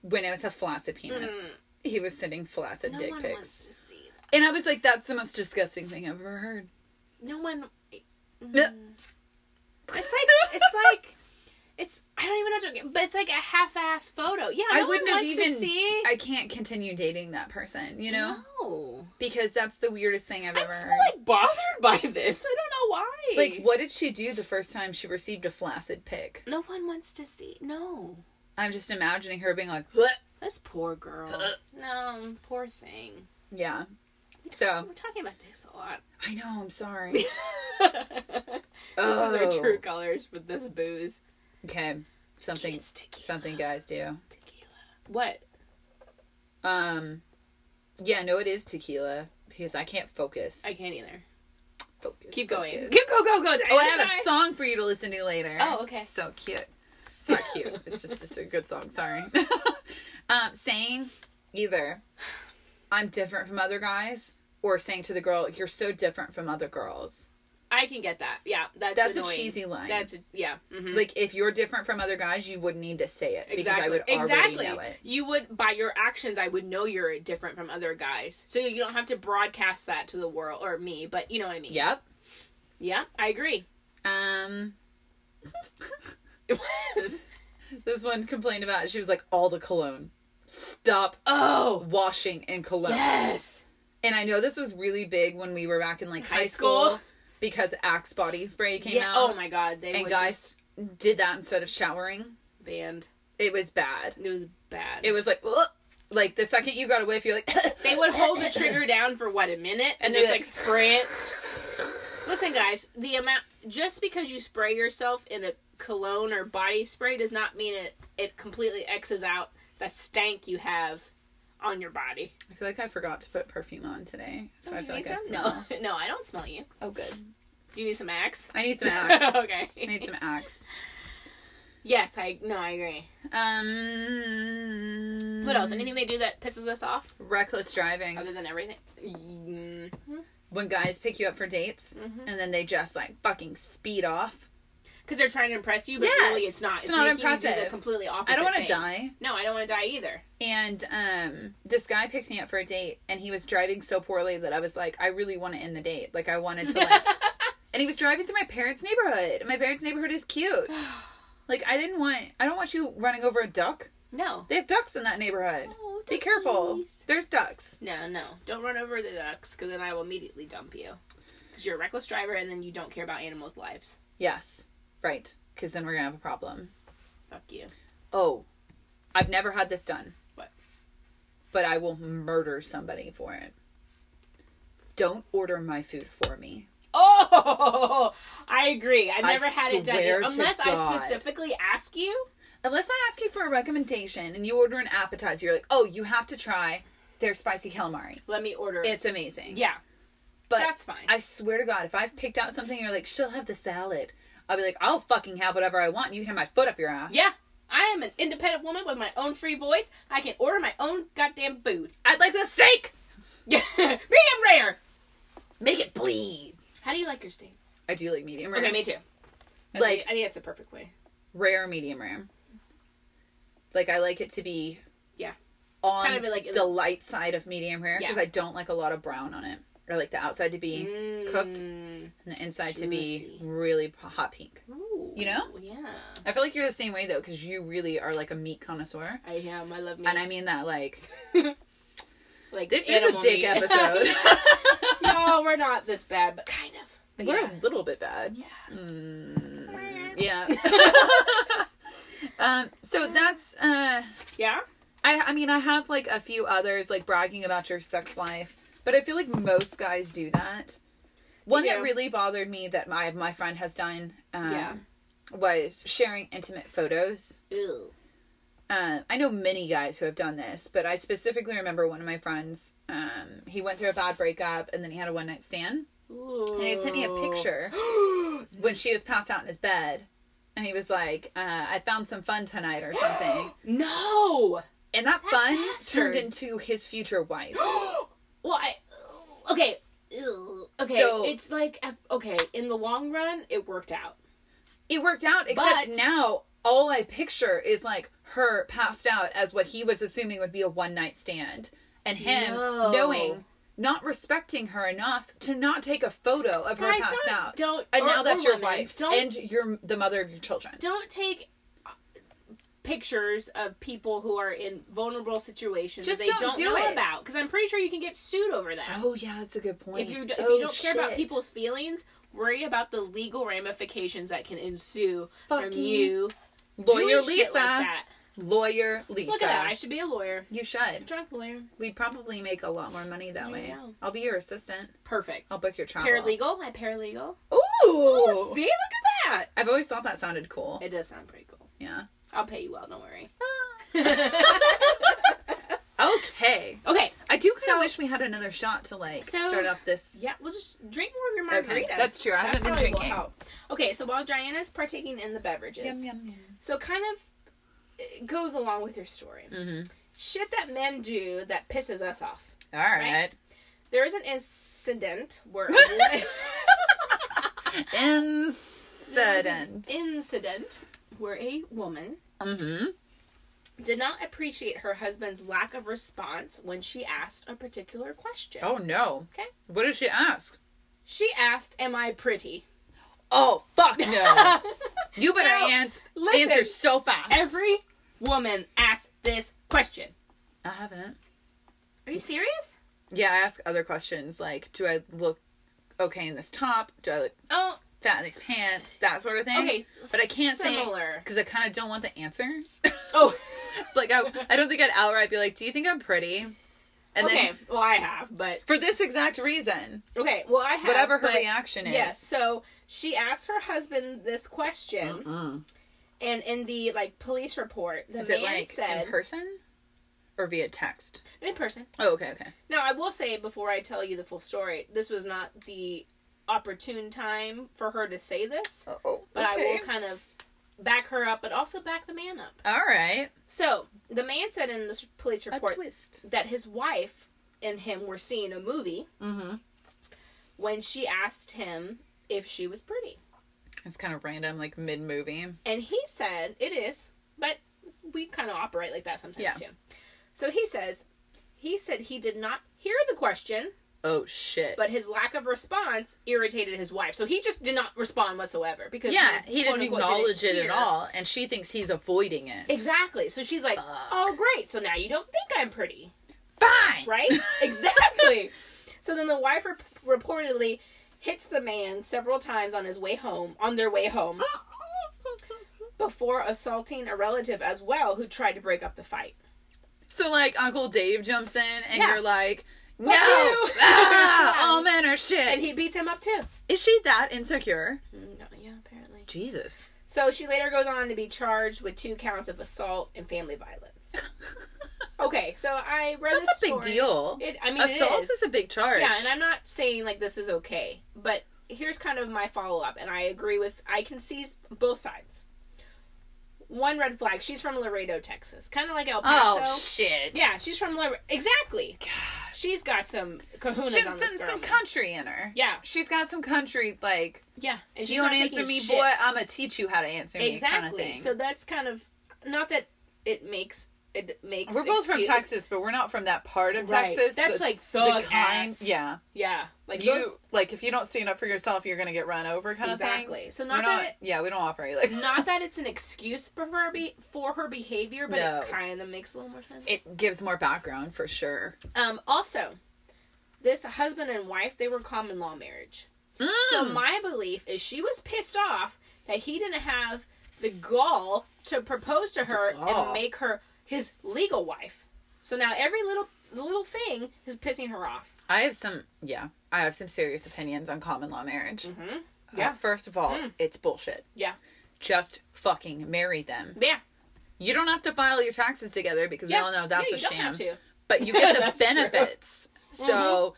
A: When it was a flaccid penis.
B: Mm.
A: He was sending flaccid
B: no
A: dick
B: one
A: pics.
B: wants to see that.
A: And I was like, that's the most disgusting thing I've ever heard.
B: No one.
A: Yeah.
B: Mm. It's like it's like it's. I don't even know. What to, but it's like a half-assed photo. Yeah.
A: I
B: no
A: wouldn't
B: one
A: have
B: wants
A: even-
B: To see.
A: I can't continue dating that person, you know?
B: No.
A: Because that's the weirdest thing I've
B: I'm
A: ever
B: so
A: heard.
B: like bothered by this. I don't know why.
A: Like, what did she do the first time she received a flaccid pic?
B: No one wants to see. No.
A: I'm just imagining her being like, "Bleh."
B: This poor girl. Uh, No, poor thing.
A: yeah. So,
B: We're talking about dicks a lot.
A: I know, I'm sorry.
B: this is
A: Oh.
B: our true colors with this booze.
A: Okay. Something
B: It's tequila.
A: something guys do.
B: Tequila. What?
A: Um, yeah, no, it is tequila because I can't focus.
B: I can't either.
A: focus.
B: Keep going.
A: focus.
B: Keep go go go.
A: Oh, I
B: Diana.
A: have a song for you to listen to later.
B: Oh, okay.
A: So cute. It's not cute. It's just it's a good song. Sorry. um, saying either I'm different from other guys, or saying to the girl you're so different from other girls.
B: I can get that. Yeah, that's
A: That's a
B: annoying.
A: cheesy line.
B: That's a, yeah. mhm.
A: Like if you're different from other guys, you wouldn't need to say it because I would already
B: exactly.
A: know it.
B: You would by your actions, I would know you're different from other guys, so you don't have to broadcast that to the world or me. But you know what I mean.
A: Yep.
B: yeah, I agree.
A: Um. This one complained about. She was like, all the cologne. Stop
B: oh
A: washing in cologne.
B: yes,
A: And I know this was really big when we were back in like high,
B: High
A: school,
B: school.
A: because Axe body spray came
B: yeah.
A: out.
B: Oh my god, they
A: and
B: would
A: guys did that instead of showering.
B: just banned.
A: It was bad.
B: It was bad.
A: It was like, "Ugh." like the second you got a whiff, you're like,
B: they would hold the trigger down for what a minute and
A: And do
B: just
A: it.
B: like spray it. Listen, guys, the amount just because you spray yourself in a cologne or body spray does not mean it it completely X's out the stank you have on your body.
A: I feel like I forgot to put perfume on today,
B: Oh,
A: so I feel like I
B: no,
A: smell.
B: no, I don't smell you.
A: Oh, good.
B: Do you need some Axe?
A: I need some Axe.
B: okay.
A: I need some Axe.
B: Yes, I no, I agree.
A: Um.
B: What else? Anything they do that pisses us off
A: Reckless driving.
B: other than everything? Mm.
A: When guys pick you up for dates
B: Mm-hmm.
A: and then they just like fucking speed off.
B: because they're trying to impress you, but
A: Yes.
B: really it's not.
A: It's not
B: making you do the
A: impressive.
B: completely opposite.
A: I don't want to
B: thing.
A: die.
B: No, I don't want to die either.
A: And um, this guy picked me up for a date, and he was driving so poorly that I was like, I really want to end the date. Like, I wanted to like. and he was driving through my parents' neighborhood. and My parents' neighborhood is cute. Like, I didn't want. I don't want you running over a duck.
B: no.
A: They have ducks in that neighborhood.
B: Oh,
A: Be careful.
B: duckies.
A: There's ducks.
B: No, no. Don't run over the ducks because then I will immediately dump you. Because you're a reckless driver and then you don't care about animals' lives.
A: Yes, right. Because then we're gonna have a problem.
B: Fuck you.
A: Oh, I've never had this done.
B: What?
A: But I will murder somebody for it. Don't order my food for me.
B: Oh, I agree. I never had it done
A: swear
B: yet.
A: to
B: unless I
A: God.
B: specifically ask you.
A: Unless I ask you for a recommendation and you order an appetizer, you're like, oh, you have to try their spicy calamari.
B: Let me order.
A: It's amazing.
B: yeah,
A: but
B: that's fine.
A: I swear to God, if I've picked out something, you're like, she'll have the salad. I'll be like, I'll fucking have whatever I want. You can have my foot up your ass.
B: yeah, I am an independent woman with my own free voice. I can order my own goddamn food.
A: I'd like the steak.
B: Yeah, medium rare.
A: Make it bleed.
B: How do you like your steak?
A: I do like medium rare.
B: Okay, me too. I
A: Like-
B: think- I think that's the perfect way.
A: rare medium rare. Like I like it to be
B: Yeah.
A: on
B: Kind of like-
A: the light side of medium rare because
B: Yeah.
A: I don't like a lot of brown on it. I like the outside to be cooked and
B: Mm.
A: the inside
B: Juicy.
A: to be really p- hot pink.
B: Ooh,
A: You know?
B: Yeah.
A: I feel like you're the same way though, because you really are like a meat connoisseur,
B: I am. I love meat.
A: and I mean that like
B: like
A: this is a
B: animal
A: dick
B: meat.
A: episode.
B: no, we're not this bad, but kind of. But
A: We're
B: yeah.
A: a little bit bad.
B: Yeah.
A: Yeah. um. So that's uh.
B: Yeah?
A: I I mean I have like a few others like bragging about your sex life, but I feel like most guys do that. One that
B: do.
A: really bothered me that my my friend has done um,
B: Yeah.
A: was sharing intimate photos.
B: Ew.
A: Uh, I know many guys who have done this, but I specifically remember one of my friends. Um, he went through a bad breakup and then he had a one night stand, and he sent me a picture when she was passed out in his bed, and he was like, uh, "I found some fun tonight" or something.
B: no.
A: And that,
B: That
A: fun
B: bastard.
A: turned into his future wife.
B: Well, I, okay. Ew. Okay.
A: So-
B: it's like okay. In the long run, it worked out.
A: It worked out, except
B: But-
A: now all I picture is like her passed out as what he was assuming would be a one night stand, and him
B: No.
A: knowing, not respecting her enough to not take a photo of her
B: Guys,
A: passed
B: don't-
A: out.
B: don't-
A: and
B: or-
A: now
B: or
A: that's your
B: women,
A: wife,
B: don't-
A: and you're the mother of your children.
B: Don't take uh, pictures of people who are in vulnerable situations
A: Just
B: that they
A: don't
B: don't,
A: do
B: know
A: it.
B: about because I'm pretty sure you can get sued over that.
A: Oh yeah, that's a good point.
B: If you do, if
A: Oh,
B: you don't care about
A: shit.
B: people's feelings, worry about the legal ramifications that can ensue from
A: Fucking
B: you
A: lawyer
B: doing
A: Lisa,
B: shit like that.
A: lawyer Lisa,
B: Look at that! I should be a lawyer.
A: you should.
B: Drunk lawyer.
A: We probably make a lot more money that
B: There you
A: way.
B: go.
A: I'll be your assistant.
B: Perfect.
A: I'll book your
B: uh-uh.
A: travel.
B: Paralegal. My paralegal. Oh.
A: Ooh,
B: see, look at
A: I've always thought that sounded cool.
B: that. It does sound pretty cool.
A: Yeah.
B: I'll pay you well. Don't worry.
A: Okay.
B: Okay.
A: I do kind of
B: So-
A: wish we had another shot to like
B: So-
A: start off this.
B: Yeah, we'll just drink more of your
A: Okay,
B: margarita.
A: that's true. I haven't been
B: probably will
A: drinking.
B: help. Okay, so while Diana's partaking in the beverages,
A: yum.
B: so kind of it goes along with your story.
A: Mhm.
B: Shit that men do that pisses us off.
A: All right.
B: There is an incident where a woman,
A: Incident.
B: incident where a woman
A: mm-hmm.
B: did not appreciate her husband's lack of response when she asked a particular question.
A: Oh no.
B: Okay.
A: What did she ask?
B: She asked, "Am I pretty?"
A: Oh fuck no. you better
B: No,
A: ans-
B: listen.
A: answer so fast.
B: Every woman asks this question.
A: I haven't.
B: Are you serious?
A: Yeah, I ask other questions like, do I look okay in this top? Do I look
B: Oh,
A: fat in these pants? That sort of thing.
B: okay.
A: But I can't say
B: similar.
A: because I kind of don't want the answer.
B: Oh,
A: like I, I don't think I'd outright be like, do you think I'm pretty? And
B: okay.
A: then
B: well, I have, but
A: for this exact reason,
B: okay. Well, I have
A: whatever her
B: but-
A: reaction is.
B: Yes. so she asked her husband this question,
A: Mm.
B: and in the like police report, the
A: Is
B: man
A: it like
B: said
A: in person or via text?
B: in person.
A: Oh, okay, okay.
B: Now, I will say before I tell you the full story, this was not the opportune time for her to say this,
A: Oh,
B: but I will kind of back her up, but also back the man up.
A: All right.
B: So the man said in this police report
A: twist.
B: that his wife and him were seeing a movie
A: Mm-hmm.
B: when she asked him if she was pretty.
A: It's kind of random, like mid movie.
B: And he said, it is, but we kind of operate like that sometimes
A: Yeah.
B: too. So he says, he said he did not hear the question,
A: Oh shit.
B: but his lack of response irritated his wife. So he just did not respond whatsoever because
A: yeah, he didn't
B: quote-unquote,
A: acknowledge it at
B: hear.
A: all, and she thinks he's avoiding it.
B: Exactly. So she's like,
A: Fuck.
B: oh, great. So now you don't think I'm pretty,
A: Fine.
B: right? exactly. So then the wife rep- reportedly hits the man several times on his way home, on their way home, before assaulting a relative as well who tried to break up the fight.
A: So like Uncle Dave jumps in, and
B: Yeah.
A: you're like, no,
B: Fuck you."
A: Ah,
B: Yeah.
A: all men are shit.
B: And he beats him up too.
A: Is she that insecure?
B: No, yeah, apparently.
A: Jesus.
B: So she later goes on to be charged with two counts of assault and family violence. Okay, so I read
A: That's a
B: this
A: big
B: story.
A: deal.
B: It, I mean,
A: Assault
B: it
A: is. a big charge.
B: Yeah, and I'm not saying like this is okay, but here's kind of my follow up, and I agree with. I can see s- both sides. One red flag. She's from Laredo, Texas, kind of like El Paso.
A: Oh shit.
B: yeah, she's from Laredo. Exactly.
A: Gosh.
B: She's got some kahunas
A: She's
B: on
A: some,
B: this girl.
A: some
B: man.
A: country in her.
B: yeah,
A: She's got some country like
B: yeah. And she's
A: you
B: not
A: don't
B: taking
A: answer
B: a
A: me,
B: shit.
A: boy, I'ma teach you how to answer me
B: Exactly.
A: kind of thing.
B: So that's kind of not that it makes it makes.
A: we're both
B: excuse-
A: from Texas, but we're not from that part of
B: Right.
A: Texas.
B: That's
A: the-
B: like
A: the
B: thug
A: kind,
B: ass.
A: yeah.
B: Yeah, like
A: you
B: those-
A: like if you don't stand up for yourself, you're gonna get run over, kind of thing.
B: exactly. So
A: We're
B: not, that it,
A: yeah, we don't operate like
B: not that it's an excuse for her be, for her behavior, but
A: No.
B: it kind of makes a little more sense.
A: It gives more background for sure.
B: Um, also, this husband and wife they were common law marriage. So
A: Mm.
B: my belief is she was pissed off that he didn't have the gall to propose to her
A: gall.
B: and make her his legal wife. So now every little little thing is pissing her off.
A: I have some yeah, I have some serious opinions on common law marriage. Uh,
B: Mm-hmm. Yeah.
A: first of all,
B: Mm.
A: it's bullshit.
B: Yeah.
A: Just fucking marry them.
B: Yeah.
A: You don't have to file your taxes together because
B: yeah.
A: we all know that's
B: yeah, you
A: a
B: don't
A: sham.
B: Have to.
A: But you get
B: That's
A: the
B: true. Mm-hmm.
A: benefits. So,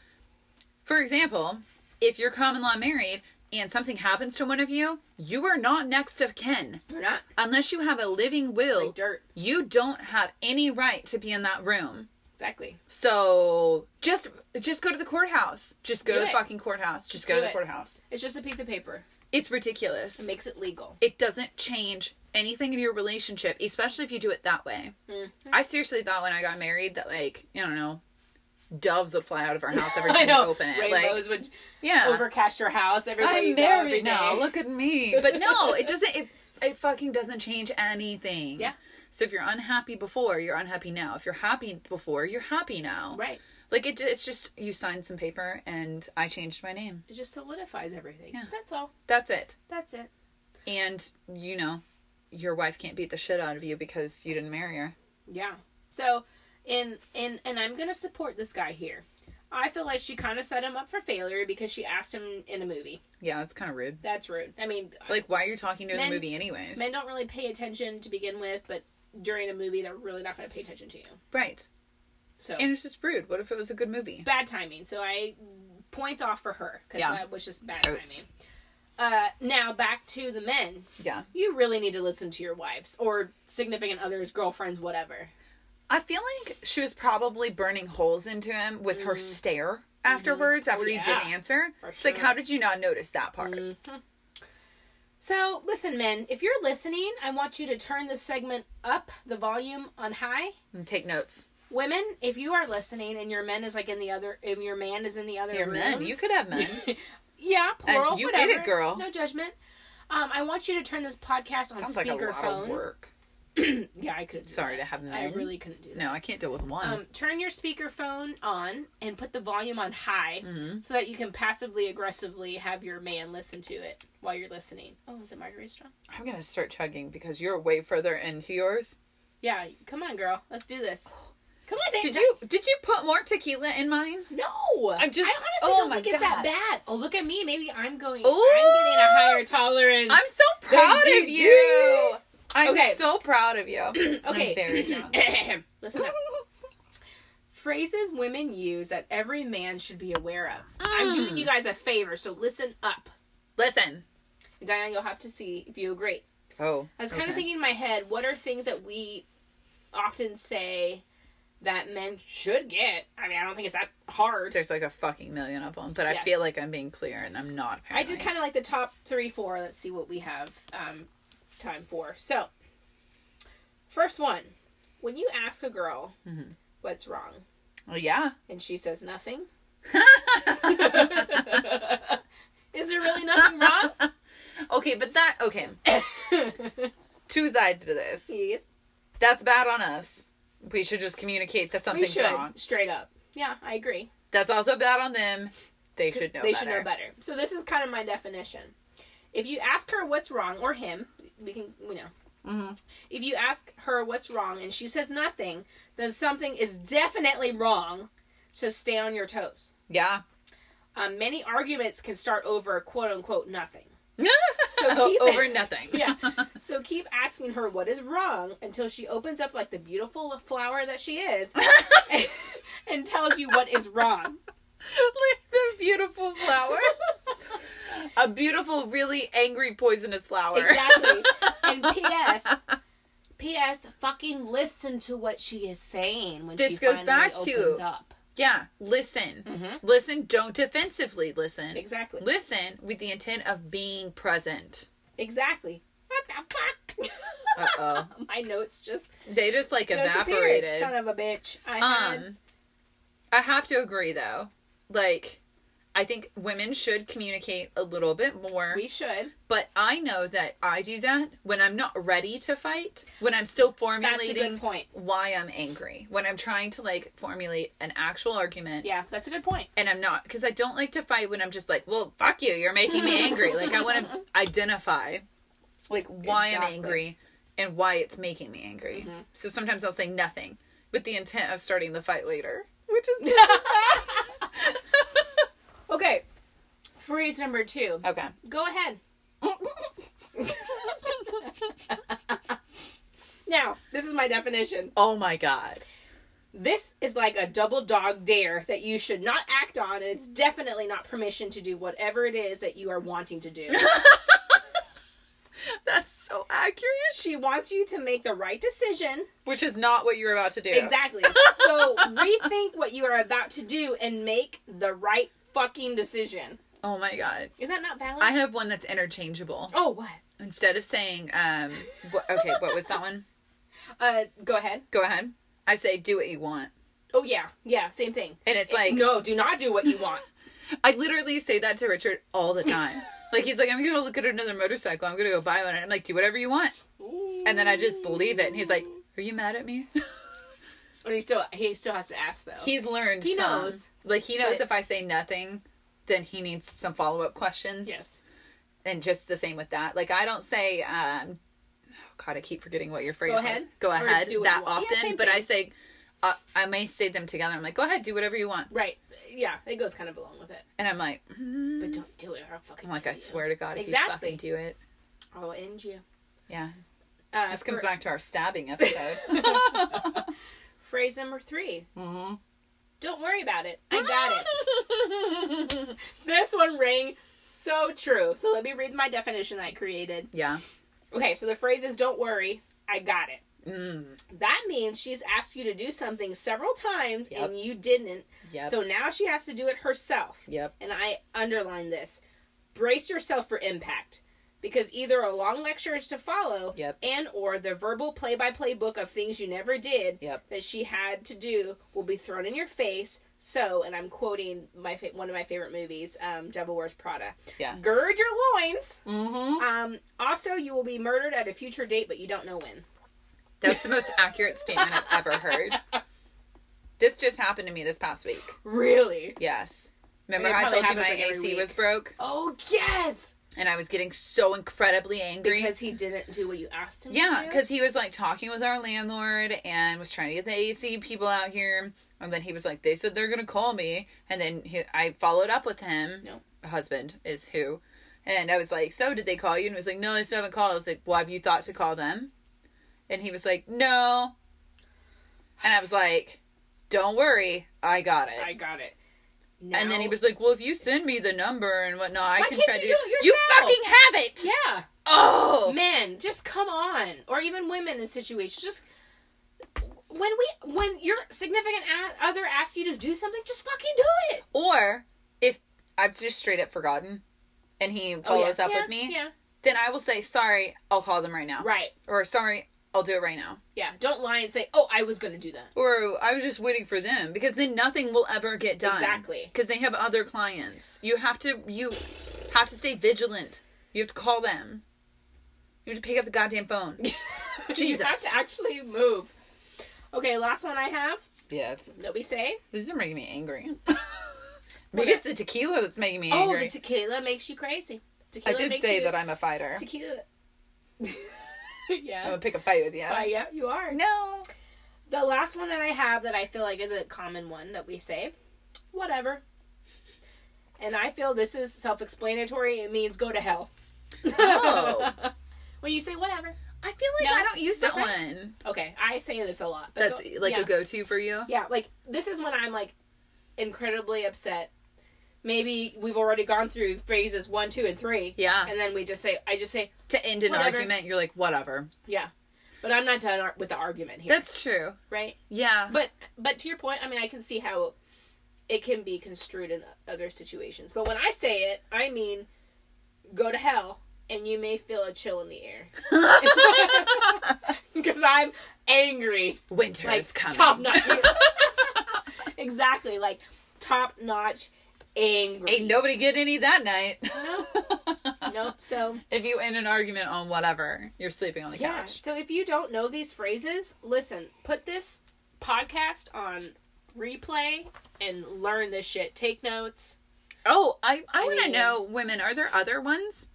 A: for example, if you're common law married and something happens to one of you, you are not next of kin
B: You're not
A: unless you have a living will.
B: like dirt.
A: you don't have any right to be in that room.
B: Exactly.
A: So just just go to the courthouse. Just go
B: Do
A: to the
B: it.
A: fucking courthouse. Just, go
B: do
A: to the
B: it.
A: courthouse.
B: It's just a piece of paper.
A: It's ridiculous.
B: It makes it legal.
A: it doesn't change anything in your relationship, especially if you do it that way.
B: Mm-hmm.
A: I seriously thought when I got married that like, I don't know, doves would fly out of our house every time you open it. Like
B: Rainbows would
A: yeah.
B: overcast your house. Everybody
A: I'm married now. Look at me. But no, it doesn't it it fucking doesn't change anything.
B: Yeah.
A: So if you're unhappy before, you're unhappy now. If you're happy before, you're happy now.
B: Right.
A: Like it it's just you signed some paper and I changed my name.
B: It just solidifies everything.
A: Yeah.
B: That's all.
A: That's it.
B: That's it.
A: And you know, your wife can't beat the shit out of you because you didn't marry her.
B: Yeah. So, and and and I'm gonna support this guy here. I feel like she kind of set him up for failure because she asked him in a movie.
A: Yeah, that's kind of rude.
B: That's rude. I mean,
A: Like, why are you talking during
B: Men-
A: the movie, anyways?
B: men don't really pay attention to begin with, but during a movie, they're really not gonna pay attention to you.
A: right.
B: So
A: And it's just rude. What if it was a good movie?
B: bad timing. So I points off for her because
A: Yeah.
B: that was just bad
A: Totes.
B: timing. Uh, now back to the men.
A: Yeah.
B: You really need to listen to your wives or significant others, girlfriends, whatever.
A: I feel like she was probably burning holes into him with her stare afterwards after he
B: yeah.
A: didn't answer.
B: For
A: It's like,
B: sure.
A: how did you not notice that part?
B: So, listen, men, if you're listening, I want you to turn this segment up, the volume on high.
A: And Mm, take notes.
B: Women, if you are listening and your men is like in the other, if your man is in the other
A: You're
B: room,
A: men. You could have men.
B: yeah, plural,
A: you
B: whatever.
A: get it, girl.
B: No judgment. Um, I want you to turn this podcast on
A: Sounds like a lot of
B: speakerphone.
A: work.
B: yeah, I couldn't. do
A: Sorry to
B: that.
A: have men.
B: I really couldn't do that.
A: No, I can't deal with one.
B: Um, turn your speakerphone on and put the volume on high
A: Mm-hmm.
B: so that you can passively aggressively have your man listen to it while you're listening. Oh, is it margarita strong?
A: I'm gonna start chugging because you're way further into yours.
B: Yeah, come on, girl. Let's do this. Come on, Dana.
A: Did you did you put more tequila in mine?
B: No, I
A: just-
B: honestly
A: oh
B: don't
A: my
B: think it's that
A: God.
B: bad. Oh, look at me. Maybe I'm going.
A: Ooh.
B: I'm getting a higher tolerance.
A: I'm so proud
B: you
A: of you. I'm
B: Okay.
A: so proud of you.
B: okay.
A: I'm very drunk.
B: Listen up. Phrases women use that every man should be aware of. I'm doing you guys a favor, so listen up.
A: Listen.
B: Diana, you'll have to see if you agree.
A: Oh.
B: I was kind of thinking in my head, what are things that we often say that men should get? I mean, I don't think it's that hard.
A: There's like a fucking million of them, but I
B: Yes.
A: feel like I'm being clear and I'm not.
B: I
A: Apparently.
B: did kind of like the top three, four. Let's see what we have um, time for. So, first one when you ask a girl what's wrong
A: Well, yeah.
B: and she says nothing, is there really nothing wrong?
A: Okay, but that okay. Two sides to this.
B: yes.
A: That's bad on us. We should just communicate that
B: We
A: something's
B: should,
A: wrong.
B: straight up. Yeah, I agree.
A: That's also bad on them. They should know.
B: they
A: better.
B: should know better. So this is kind of my definition. If you ask her what's wrong, or him, we can, you know. If you ask her what's wrong and she says nothing, then something is definitely wrong. So stay on your toes.
A: Yeah.
B: Um, many arguments can start over quote unquote nothing.
A: so
B: keep-
A: over nothing.
B: Yeah. so keep asking her what is wrong until she opens up like the beautiful flower that she is and, and tells you what is wrong.
A: like the beautiful flower. A beautiful, really angry, poisonous flower.
B: Exactly. And P.S. P.S. Fucking listen to what she is saying when
A: This
B: she
A: goes
B: finally
A: back to-
B: opens up.
A: Yeah, listen. Listen, don't defensively listen.
B: Exactly.
A: Listen with the intent of being present.
B: Exactly. What the
A: Uh
B: fuck?
A: oh.
B: My notes just
A: they just like
B: disappeared.
A: evaporated.
B: Son of a bitch. I had,
A: Um, I have to agree though. Like, I think women should communicate a little bit more.
B: we should.
A: But I know that I do that when I'm not ready to fight, when I'm still
B: That's a
A: formulating
B: good point.
A: why I'm angry, when I'm trying to like formulate an actual argument.
B: Yeah, that's a good point.
A: And I'm not, because I don't like to fight when I'm just like, well, fuck you, you're making me angry. like, I want to identify like why I'm
B: Exactly.
A: angry and why it's making me angry. So sometimes I'll say nothing with the intent of starting the fight later, which is just as
B: Okay. Phrase number two.
A: bad. Okay.
B: Go ahead. now, this is my definition.
A: Oh my God.
B: This is like a double dog dare that you should not act on, and it's definitely not permission to do whatever it is that you are wanting to do.
A: That's so accurate.
B: she wants you to make the right decision.
A: Which is not what you're about to do.
B: Exactly. So rethink what you are about to do and make the right fucking decision.
A: Oh my God.
B: Is that not valid?
A: I have one that's interchangeable.
B: oh, what?
A: Instead of saying, um, wh- okay, what was that one?
B: Uh, go ahead.
A: Go ahead. I say, do what you want.
B: Oh, yeah. Yeah, same thing.
A: And it's like,
B: no, do not do what you want.
A: I literally say that to Richard all the time. like, he's like, I'm going to look at another motorcycle. I'm going to go buy one. And I'm like, do whatever you want. And then I just leave it. And he's like, are you mad at me?
B: But he still he still has to ask though.
A: he's learned.
B: He
A: some.
B: knows.
A: Like, he knows
B: But-
A: if I say nothing, then he needs some follow up questions.
B: yes.
A: And just the same with that. Like, I don't say, um, oh God, I keep forgetting what your phrase is.
B: ahead.
A: Go
B: Or
A: ahead
B: do what
A: that
B: you want. Yeah,
A: often.
B: same
A: but
B: thing.
A: I say, uh, I may say them together. I'm like, go ahead, do whatever you want.
B: Right. Yeah, it goes kind of along with it.
A: And I'm like, "Mm."
B: But don't do it or I'll fucking
A: I'm like, I
B: kill you.
A: swear to God, if
B: Exactly.
A: you fucking do it.
B: I'll end you.
A: Yeah.
B: Uh,
A: This comes
B: for-
A: back to our stabbing episode.
B: Phrase number three.
A: Mm-hmm.
B: Don't worry about it. I got it. this one rang so true. So let me read my definition I created.
A: Yeah.
B: Okay, so the phrase is don't worry, I got it.
A: Mm.
B: That means she's asked you to do something several times
A: Yep.
B: and you didn't.
A: Yep.
B: So now she has to do it herself.
A: yep.
B: And I underline this. Brace yourself for impact because either a long lecture is to follow
A: Yep.
B: and or the verbal play-by-play book of things you never did
A: Yep.
B: that she had to do will be thrown in your face. So, and I'm quoting my fa- one of my favorite movies, um, Devil Wears Prada.
A: Yeah.
B: Gird your loins.
A: Mm-hmm.
B: Um, also, you will be murdered at a future date, but you don't know when.
A: That's the most accurate statement I've ever heard. This just happened to me this past week.
B: Really?
A: Yes. Remember
B: It
A: how I
B: probably
A: told you my
B: happens, like, every
A: AC
B: week.
A: was broke
B: Oh yes,
A: and I was getting so incredibly angry?
B: because he didn't do what you asked him.
A: yeah,
B: to do?
A: because he was like talking with our landlord and was trying to get the AC people out here. And then he was like, they said they're going to call me. And then he, I followed up with him.
B: No.
A: Husband is who. And I was like, so did they call you? And he was like, no, they still haven't called. I was like, well, have you thought to call them? And he was like, no. And I was like, don't worry. I got it.
B: I got it.
A: And then he
B: Now-
A: was like, "Well, if you send me the number and whatnot, I
B: Why
A: can
B: can't
A: try
B: you
A: to
B: do it
A: You
B: yourself?
A: fucking have it.
B: Yeah.
A: Oh,
B: men just come on or even women in situations just when we when your significant a- other asks you to do something just fucking do it
A: or if I've just straight up forgotten, and he
B: Oh, yeah.
A: follows up
B: Yeah,
A: with me,
B: yeah
A: then I will say, "Sorry, I'll call them right now,"
B: right
A: or "Sorry, I'll do it right now,"
B: yeah don't lie and say oh i was gonna do that
A: or "I was just waiting for them," because then nothing will ever get done.
B: Exactly.
A: because they have other clients. You have to you have to stay vigilant. You have to call them. You have to pick up the goddamn phone.
B: you have
A: Jesus.
B: to actually move okay last one i have
A: yes,
B: that we say
A: This is making me angry.
B: Well,
A: Maybe it's the tequila that's making me
B: oh
A: angry.
B: the tequila makes you crazy
A: I
B: tequila
A: did
B: makes
A: say
B: you
A: that I'm a fighter.
B: tequila
A: I'm
B: yeah
A: gonna pick a fight with you.
B: Why, yeah you are
A: No.
B: The last one that I have that I feel like is a common one that we say, whatever. And I feel this is self explanatory. It means go to hell.
A: Oh.
B: when you say whatever.
A: I feel like
B: No,
A: I don't use that
B: different?
A: one.
B: Okay, I say this a lot. But
A: That's
B: go-
A: like
B: yeah.
A: a go-to for you.
B: Yeah, like this is when I'm like incredibly upset. Maybe we've already gone through phases one, two, and three.
A: Yeah.
B: And then we just say, I just say,
A: To end an
B: Whatever.
A: argument, you're like, whatever.
B: yeah. But I'm not done ar- with the argument here.
A: That's true.
B: right?
A: Yeah.
B: But but to your point, I mean, I can see how it can be construed in other situations. But when I say it, I mean go to hell, and you may feel a chill in the air because I'm angry,
A: Winter
B: like
A: is coming.
B: top notch. exactly, like top notch angry.
A: Ain't nobody get any that night.
B: nope. So
A: if you end an argument on whatever, you're sleeping on the
B: yeah.
A: couch.
B: So if you don't know these phrases, listen. Put this podcast on replay and learn this shit. Take notes.
A: Oh, I, I,
B: I
A: want to
B: mean-
A: know, women, are there other ones?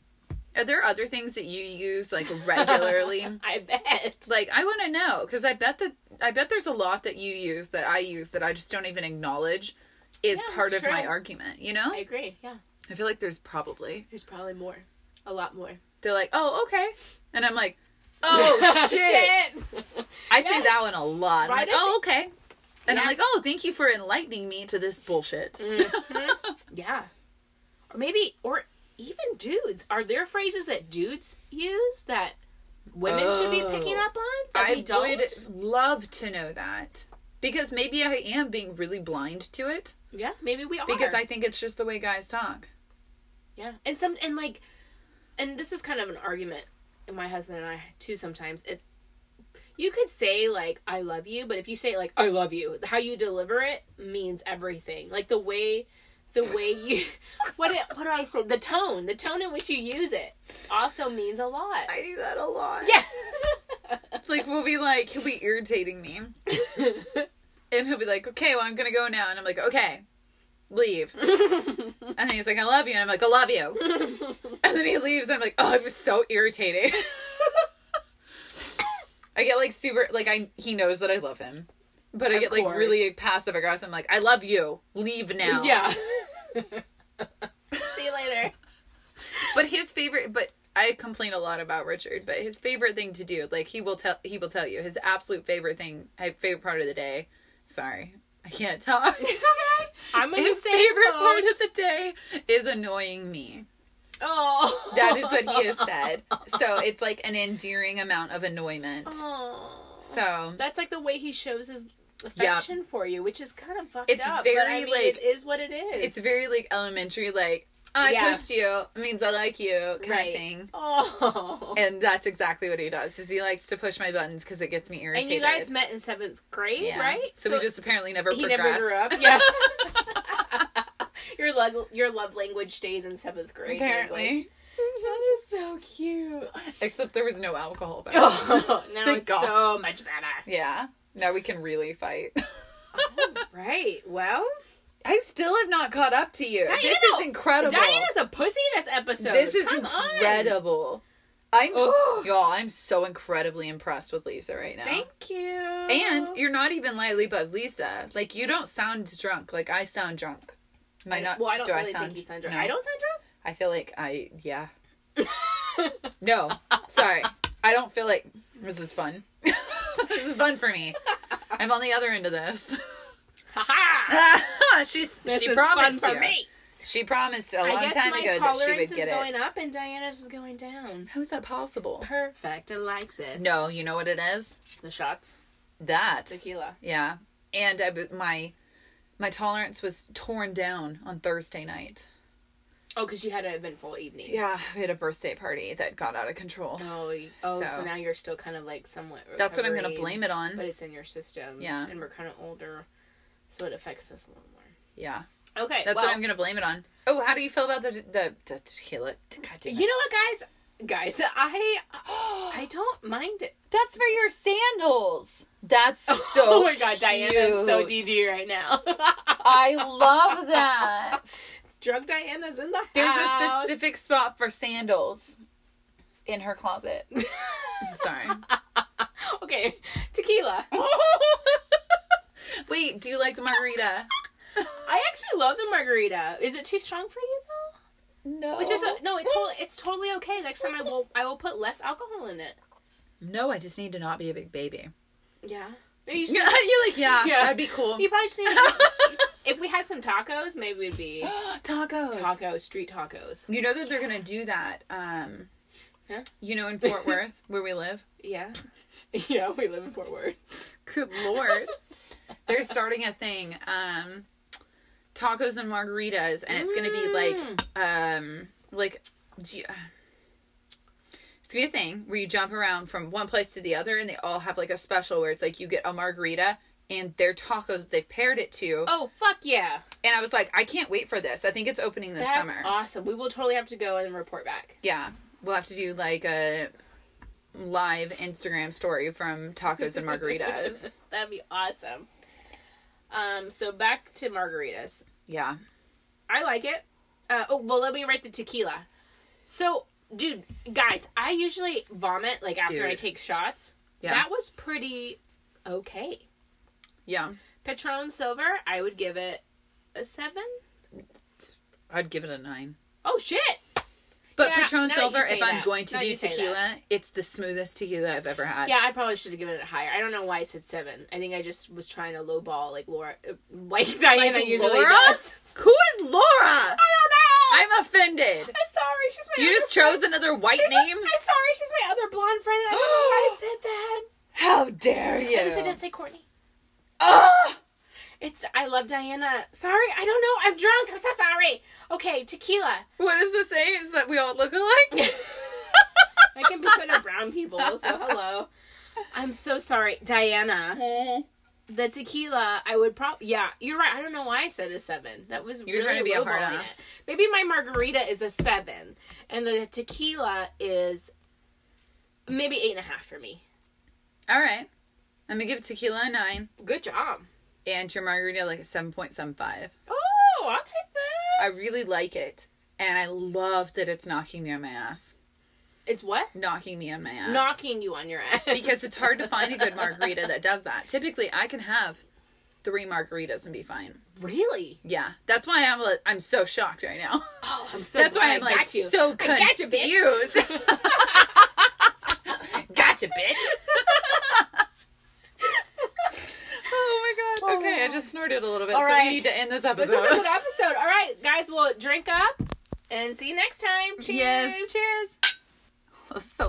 A: Are there other things that you use like regularly?
B: I bet.
A: like i want to know because i bet that i bet there's a lot that you use that i use that i just don't even acknowledge is
B: Yeah,
A: part
B: that's
A: of my
B: true.
A: argument you know
B: I
A: I,
B: agree. Yeah.
A: feel like there's probably
B: There's probably more. A lot more.
A: they're like oh okay and i'm like oh shit. i say
B: Yes.
A: that one a lot i'm
B: Right,
A: like
B: that's-
A: oh okay and i'm
B: Yes. Mm,
A: like oh thank you for enlightening me to this bullshit Mm-hmm.
B: yeah. Or maybe, or even dudes. Are there phrases that dudes use that women should be picking
A: Oh.
B: up on? That
A: i
B: we don't?
A: would love to know that because maybe i am being really blind to it
B: Yeah, maybe we are.
A: because i think it's just the way guys talk
B: Yeah. And some, and like, and this is kind of an argument my husband and I too sometimes. It, you could say like I love you, but if you say like I love you, how you deliver it means everything. Like the way the way you what it, what do I say? The tone, the tone in which you use it also means a lot.
A: i do that a lot
B: yeah.
A: like we'll be like he'll be irritating me and he'll be like okay well i'm gonna go now and i'm like okay leave and then he's like i love you and i'm like i love you and then he leaves and i'm like oh it was so irritating i get like super like i he knows that i love him but i
B: Of
A: get like
B: course.
A: really passive aggressive i'm like i love you leave now
B: yeah. See you later.
A: but his favorite but I complain a lot about Richard, but his favorite thing to do, like he will tell he will tell you his absolute favorite thing, my favorite part of the day. Sorry. I can't talk. It's okay.
B: I'm in
A: his
B: the same
A: favorite
B: boat.
A: part of the day is annoying me.
B: Oh,
A: That is what he has said. So it's like an endearing amount of annoyment.
B: Aw.
A: So
B: That's like the way he shows his affection for you, which is kind of fucked
A: It's
B: up. but I
A: very,
B: mean,
A: like-
B: it is what it is.
A: it's very like elementary, like "Oh, I
B: Yeah.
A: pushed you means I like you kind of
B: Right.
A: thing.
B: oh. And,
A: And that's exactly what he does. Is he likes to push my buttons because it gets me irritated.
B: you guys met in seventh grade,
A: Yeah.
B: right?
A: So, we just apparently never
B: he
A: progressed.
B: never grew up. Yeah. your love, your love language stays in seventh grade.
A: Apparently.
B: language. that is so cute.
A: Except there was no alcohol back.
B: Oh, now
A: Thank
B: it's
A: God.
B: so much better.
A: Yeah. Now we can really fight.
B: Right. Well,
A: I still have not caught up to you. this
B: Diana-
A: is incredible.
B: Diana's a pussy this episode.
A: this is
B: Come on.
A: incredible. I'm
B: Ooh.
A: y'all, I'm so incredibly impressed with Lisa right now.
B: Thank you.
A: and you're not even lightly buzzed, Lisa. Like you don't sound drunk. Like I sound drunk. Am I not?
B: Well, I don't
A: do
B: really
A: I sound,
B: think you sound drunk.
A: No.
B: I don't sound drunk.
A: I feel like I yeah. no, sorry. I don't feel like this is fun. this is fun for me. I'm on the other end of this.
B: Ha ha.
A: She's
B: This
A: she
B: is
A: promised
B: fun for
A: you.
B: me.
A: She promised a
B: I
A: long
B: guess
A: time
B: my
A: ago that
B: tolerance
A: she would
B: is
A: get it.
B: going up and Diana's is going down.
A: How's that possible?
B: Perfect. I like this.
A: No, you know what it is?
B: The shots.
A: That.
B: Tequila.
A: Yeah. And I, bu- my my tolerance was torn down on Thursday night.
B: Oh, because you had an eventful evening.
A: Yeah, we had a birthday party that got out of control.
B: Oh, y- oh so.
A: So-
B: now you're still kind of like somewhat.
A: That's what I'm going to
B: recovering,
A: blame it
B: But
A: on.
B: it's in your system.
A: Yeah.
B: And we're kind of older, so it affects us a little more.
A: Yeah.
B: Okay.
A: That's
B: well,
A: what I'm going to blame it on. Oh, how do you feel about the the, the tequila? God damn it.
B: You know what, guys? Guys, I I don't mind it.
A: That's for your sandals. That's so
B: oh my god, Diana is so
A: cute.
B: DD right now.
A: I love that.
B: Drunk Diana's in the
A: There's a
B: house.
A: specific spot for sandals in her closet. Sorry.
B: okay, tequila.
A: Wait, do you like the margarita?
B: I actually love the margarita. Is it too strong for you though?
A: No.
B: Which is no, it's to- it's totally okay. Next time I will I will put less alcohol in it.
A: no, I just need to not be a big baby.
B: Yeah. Maybe you should.
A: You're like, yeah,
B: Yeah.
A: that'd be cool.
B: You probably just need to, if we had some tacos, maybe it'd be
A: Tacos.
B: tacos, street tacos.
A: You know that they're gonna do that. Um,
B: Huh?
A: you know, in Fort Worth where we live.
B: Yeah. Yeah, we live in Fort Worth.
A: Good lord. They're starting a thing. Um tacos and margaritas and it's going to be
B: Mm.
A: like um like do you- it's gonna be a thing where you jump around from one place to the other, and they all have like a special where it's like you get a margarita and their tacos that they've paired it to.
B: Oh fuck yeah.
A: And I was like, I can't wait for this. I think it's opening this
B: That's
A: summer.
B: awesome. We will totally have to go and report back.
A: Yeah, we'll have to do like a live Instagram story from tacos and margaritas.
B: That'd be awesome. Um, so back to margaritas.
A: yeah,
B: I like it. Uh, oh well, let me write the tequila. So, dude, guys, I usually vomit like after I
A: Dude.
B: take shots.
A: Yeah.
B: That was pretty okay.
A: yeah.
B: Patron Silver, I would give it a seven.
A: I'd give it a nine.
B: Oh shit!
A: But
B: Yeah, now
A: Patron
B: that
A: Silver,
B: you say
A: if I'm
B: that.
A: going to
B: Now
A: do
B: you say
A: tequila, it's the smoothest tequila I've ever had.
B: Yeah, I probably should have given it higher. I don't know why I said seven. I think I just was trying to lowball like Laura, uh, like Diana usually
A: Laura?
B: does.
A: Who is Laura? I
B: I
A: am offended.
B: I'm sorry, she's my.
A: You
B: other
A: just
B: friend.
A: chose another white
B: She's
A: name.
B: I'm sorry, she's my other blonde friend. I don't know why I said that.
A: How dare you?
B: At least I didn't say Courtney.
A: Ugh!
B: It's I love Diana. Sorry, I don't know. I'm drunk. I'm so sorry. Okay, tequila.
A: What does this say? Is that we all look alike?
B: I can be said of brown people. So hello. I'm so sorry, Diana. The tequila, I would probably. Yeah, you're right. I don't know why I said a seven. That was
A: You're
B: really
A: trying to be a hard
B: lowballing it.
A: ass.
B: Maybe my margarita is a seven, and the tequila is maybe eight and a half for me.
A: all right. I'm gonna give tequila a nine
B: Good job.
A: and your margarita like a seven point seven five.
B: Oh, I'll take that.
A: I really like it, and I love that it's knocking me on my ass.
B: It's what?
A: Knocking me on my ass.
B: Knocking you on your ass.
A: because it's hard to find a good margarita that does that. Typically, I can have three margaritas and be fine.
B: Really?
A: Yeah, that's why I'm li- I'm so shocked right now.
B: Oh, I'm so.
A: that's why
B: glad
A: I'm
B: I
A: like
B: got you.
A: so
B: I got you, bitch.
A: confused. gotcha, bitch. oh my god. Okay, I just snorted a little bit,
B: All
A: so
B: right.
A: we need to end this
B: This
A: episode.
B: was a good episode. All right, guys. Well, drink up and see you next time. Cheers.
A: Yes, cheers. That was so